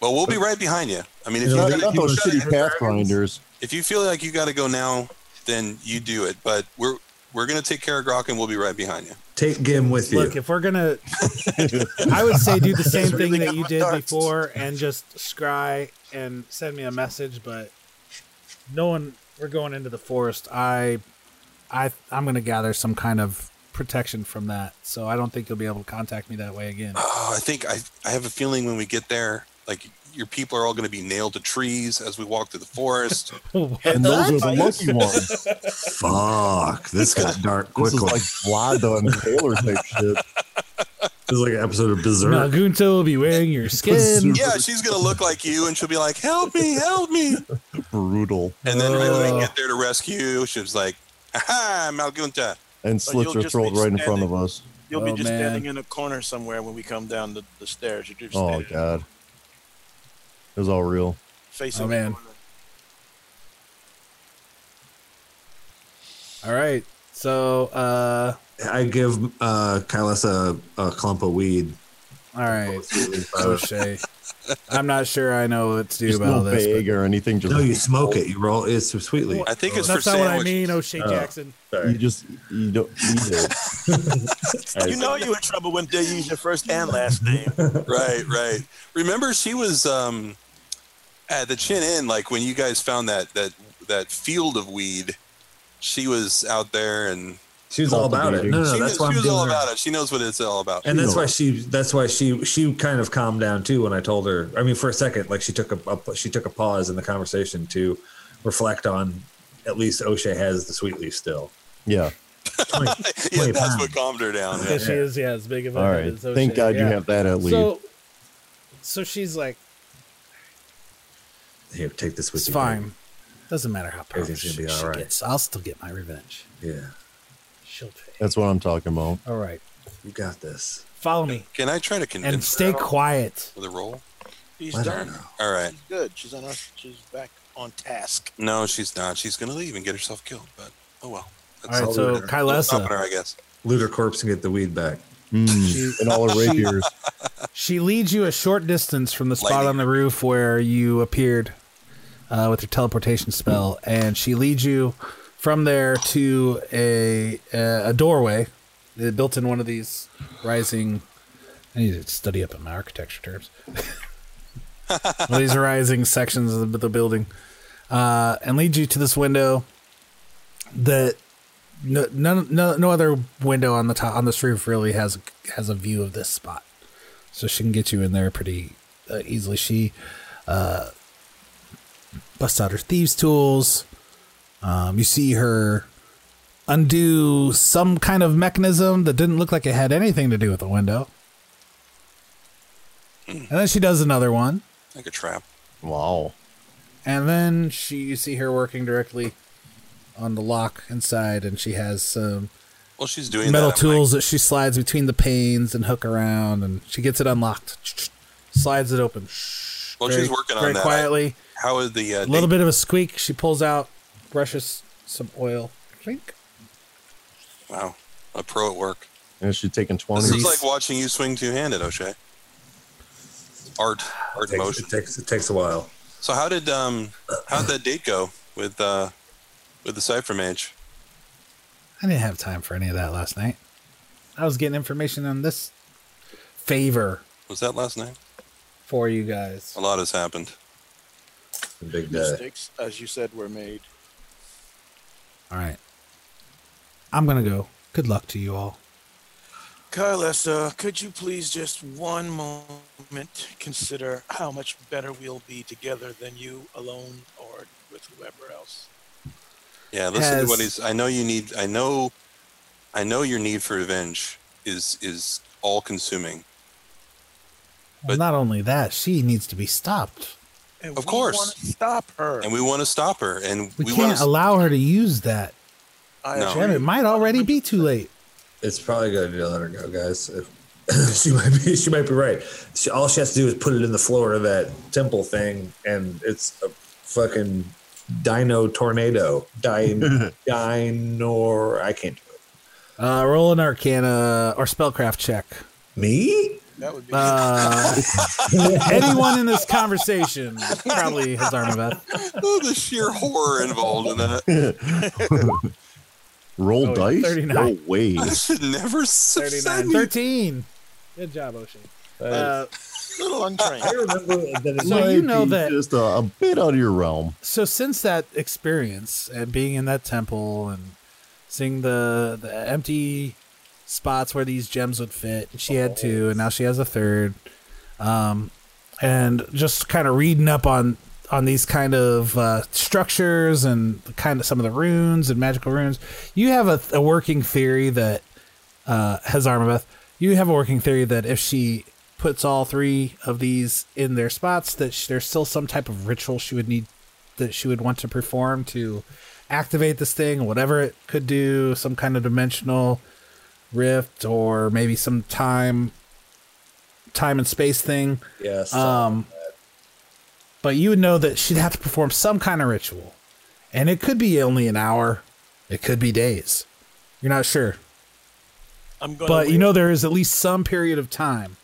S5: well, we'll be right behind you. I mean, if
S6: Not,
S5: you
S6: not
S5: gotta,
S6: those shitty pathfinders.
S5: if you feel like you got to go now, then you do it. But we're we're gonna take care of Grok, and we'll be right behind you.
S2: Take Gim with you.
S1: Look, if we're gonna, I would say do the same thing
S4: really
S1: that
S4: got
S1: you
S4: my
S1: did
S4: darts.
S1: before and just scry and send me a message. But no one, we're going into the forest. I, I, I'm gonna gather some kind of protection from that. So I don't think you'll be able to contact me that way again.
S5: Oh, I think I, I have a feeling when we get there, like your people are all going to be nailed to trees as we walk through the forest.
S6: And those are the lucky ones. This
S2: Fuck, this got dark
S6: is
S2: quickly.
S6: like
S2: This
S6: Vlada and Taylor type shit.
S2: is like an episode of Berserk.
S1: Nagunto will be wearing your skin.
S5: yeah, she's going to look like you and she'll be like, help me, help me.
S6: Brutal.
S5: And then right when we get there to rescue, she's like, aha, Malgunta,
S6: and
S4: So
S6: slits
S4: you'll
S6: her
S4: just
S6: throat
S4: be
S6: right in front
S4: standing-
S6: of us.
S4: You'll be
S6: Oh,
S4: just
S6: man.
S4: standing in a corner somewhere when we come down the, the stairs. You're just
S6: Oh
S4: standing
S6: god, it was all real.
S4: facing
S1: Oh
S4: the
S1: man. All right. So uh
S2: I give uh, Kylas a, a clump of weed.
S1: all right.
S2: Oh,
S6: Oh,
S1: O'Shea. I'm not sure I know what to do about this. but-
S6: or anything.
S2: no, you smoke it. You roll. It's
S5: Oh,
S2: sweetly.
S1: I think it's That's for not what I sandwiches. mean, O'Shea Jackson.
S6: You just you don't eat it.
S4: you know you in trouble when they use your first and last name.
S5: right, right. Remember, she was um, at the Chin Inn, like when you guys found that that that field of weed. She was out there, and
S2: She was all about it. No, no,
S5: she
S2: that's
S5: knows-
S2: why
S5: she
S2: I'm
S5: was
S2: giving
S5: all
S2: her-
S5: about it. She knows what it's all about.
S2: And that's why she. That's why she. She kind of calmed down too when I told her. I mean, for a second, like she took a, a she took a pause in the conversation to reflect on. At least O'Shea has the sweet leaf still.
S6: yeah.
S5: yeah, that's what calmed her down.
S1: Yeah, she is. Yeah, as big of a.
S6: All right.
S1: as O'Shea,
S6: Thank God you
S1: yeah.
S6: have that at least.
S1: So, so she's like,
S2: Here, take this with
S1: it's
S2: you.
S1: fine. Doesn't matter how perfect
S2: Everything's
S1: she,
S2: gonna be all
S1: she
S2: right.
S1: gets. I'll still get my revenge.
S2: Yeah.
S1: She'll pay.
S6: That's what I'm talking about.
S1: All right.
S2: You got this.
S1: Follow me
S5: Can I try to convince
S1: and
S5: her
S1: stay
S5: at all
S1: quiet.
S5: for the role?
S4: She's
S5: I don't
S4: done.
S5: All right.
S4: She's good. She's on. Her, she's back on task.
S5: No, she's not. She's gonna leave and get herself killed. But oh well.
S1: All right, so
S5: There's
S1: Kylesa-
S5: stopping her, I guess.
S2: Loot her corpse and get the weed back.
S1: She-
S6: and all her
S1: she-
S6: rapiers.
S1: She leads you a short distance from the spot on the roof where you appeared uh, with your teleportation spell, and she leads you from there to a a, a doorway uh, built in one of these rising. I need to study up on my architecture terms. One of these rising sections of the, the building, uh, and leads you to this window that no, none, no, no other window on the top on this roof really has has a view of this spot, so she can get you in there pretty uh, easily. She uh, busts out her thieves' tools. Um, you see her undo some kind of mechanism that didn't look like it had anything to do with the window, and then she does another one.
S5: Like a trap.
S6: Wow.
S1: And then she, you see her working directly on the lock inside, and she has some
S5: Well, she's doing
S1: metal
S5: that. I'm
S1: tools that she slides between the panes and hook around, and she gets it unlocked, slides it open.
S5: like, well,
S1: very-
S5: she's working on
S1: very
S5: that. I-
S1: quietly.
S5: How is the uh,
S1: A little
S5: date-
S1: bit of a squeak. She pulls out, brushes some oil. Clink.
S5: Wow, a pro at work.
S6: And she's taking
S5: This
S6: twenty.
S5: is like watching you swing two-handed, O'Shea. Art, art
S2: Takes-
S5: motion.
S2: It takes it takes a while.
S5: So how did um how would that date go with uh with the cipher mage?
S1: I didn't have time for any of that last night. I was getting information on this favor
S5: Was that last night?
S1: for you guys.
S5: A lot has happened.
S2: Big
S4: Mistakes, as you said, were made.
S1: All right. I'm going to go. Good luck to you all.
S4: Kylesa, could you please just one moment consider how much better we'll be together than you alone or with whoever else?
S5: Yeah, listen
S4: Has-
S5: to what he's. I know you need. I know, I know your need for revenge is is all consuming.
S1: Well, not only that, she needs to be stopped.
S4: And
S5: Of course,
S4: stop her.
S5: And we want to stop her, and
S1: We,
S5: we, want
S1: can't
S5: to.
S1: allow her to use that.
S5: I
S1: Damn,
S5: agree.
S1: it might already be too late.
S2: It's probably a good idea to let her go, guys. If, she might be she might be right. She, all she has to do is put it in the floor of that temple thing, and it's a fucking dino tornado. Dino, dino. I can't do
S1: Uh, roll an arcana or spellcraft check.
S2: Me?
S4: That would be
S1: uh, anyone in this conversation probably has Armaveth.
S5: Oh, the sheer horror involved in that.
S6: Roll
S1: Oh,
S6: dice.
S1: 39.
S6: No way.
S5: I should never say
S1: 13. Good job, Ocean. Uh,
S4: little untrained. I
S2: remember that
S1: So you know
S6: Might be
S1: that-
S6: just a, a bit out of your realm.
S1: so since that experience and being in that temple and seeing the the empty spots where these gems would fit and she had two and now she has a third um and just kind of reading up on on these kind of uh, structures and the kind of some of the runes and magical runes you have a, a working theory that uh has Armaveth, you have a working theory that if she puts all three of these in their spots that sh- there's still some type of ritual she would need that she would want to perform to activate this thing, whatever it could do, some kind of dimensional rift or maybe some time time and space thing.
S9: Yes.
S1: Um but you would know that she'd have to perform some kind of ritual. And it could be only an hour, it could be days. You're not sure.
S4: I'm going.
S1: But you know there is at least some period of time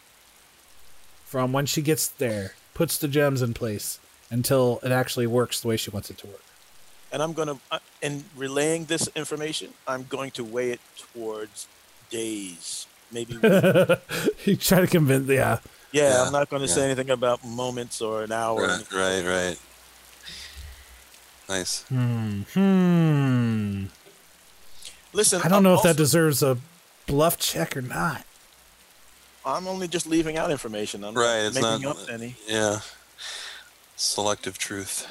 S1: from when she gets there, puts the gems in place until it actually works the way she wants it to work.
S4: and I'm going to, in relaying this information, I'm going to weigh it towards days, maybe. weeks.
S1: you try to convince, yeah.
S4: yeah, I'm not going to say anything about moments or an hour. or
S5: Right, right, right. Nice.
S1: Hmm. hmm.
S4: Listen,
S1: I don't know
S4: I'm
S1: if that deserves a bluff check or not.
S4: I'm only just leaving out information. I'm
S5: Right,
S4: not
S5: it's
S4: making
S5: not-
S4: up any.
S5: Yeah. Selective truth.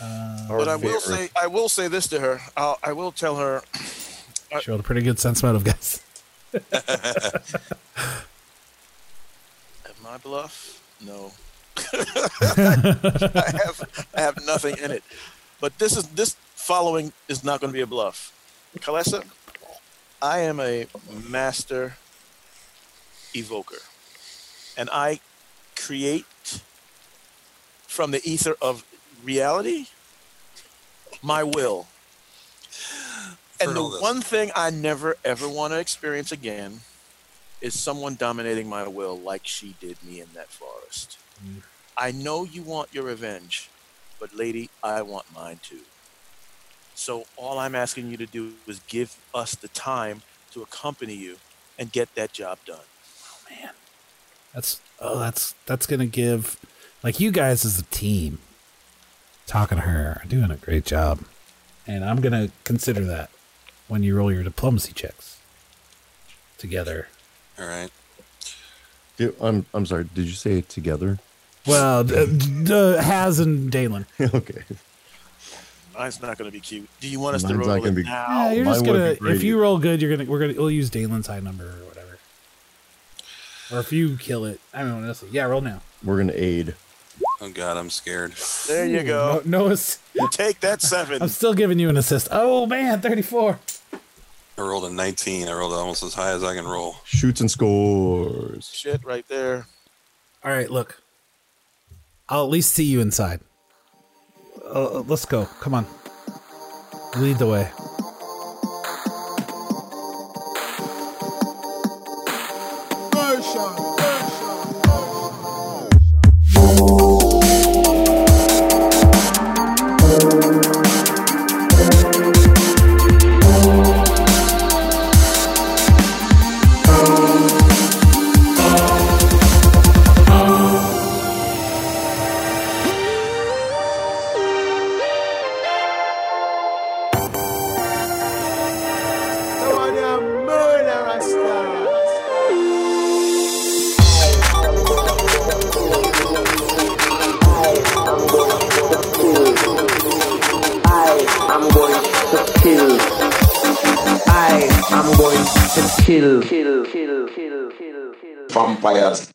S4: but I will say, I will say this to her. I'll, I will tell her. I-
S1: Showed a pretty good sense motive, guys.
S4: Am I bluff? No. I have I have nothing in it. But this is this following is not going to be a bluff. Kalesa, I am a master evoker. And I create from the ether of reality my will. And the
S5: Fertile this.
S4: one thing I never ever want to experience again is someone dominating my will like she did me in that forest. I know you want your revenge, but lady, I want mine too. So all I'm asking you to do is give us the time to accompany you and get that job done.
S1: That's oh, that's that's gonna give like you guys as a team talking to her are doing a great job, and I'm gonna consider that when you roll your diplomacy checks together.
S5: All right.
S6: Yeah, I'm I'm sorry. Did you say it together?
S1: Well, d- d- d- Has and Dalen.
S6: okay.
S4: Mine's not going to be cute. Do you want us to
S6: Mine's not
S4: roll it
S6: gonna be-
S4: now?
S1: Yeah, you're just
S6: Mine would
S1: gonna
S6: be great.
S1: if you roll good, you're gonna we're gonna we'll use Dalen's high number or whatever, or if you kill it, I don't know. let's see. Yeah, roll now.
S6: We're gonna aid.
S5: Oh God, I'm scared.
S4: There you go.
S1: No, no ass-
S4: Take that seven.
S1: I'm still giving you an assist. Oh man, 34.
S5: I rolled a 19. I rolled almost as high as I can roll.
S6: Shoots and scores.
S4: Shit, right there.
S1: All right, look. I'll at least see you inside. Uh, let's go. Come on. Lead the way.
S11: I am going to kill, kill, kill, kill, kill, kill vampires.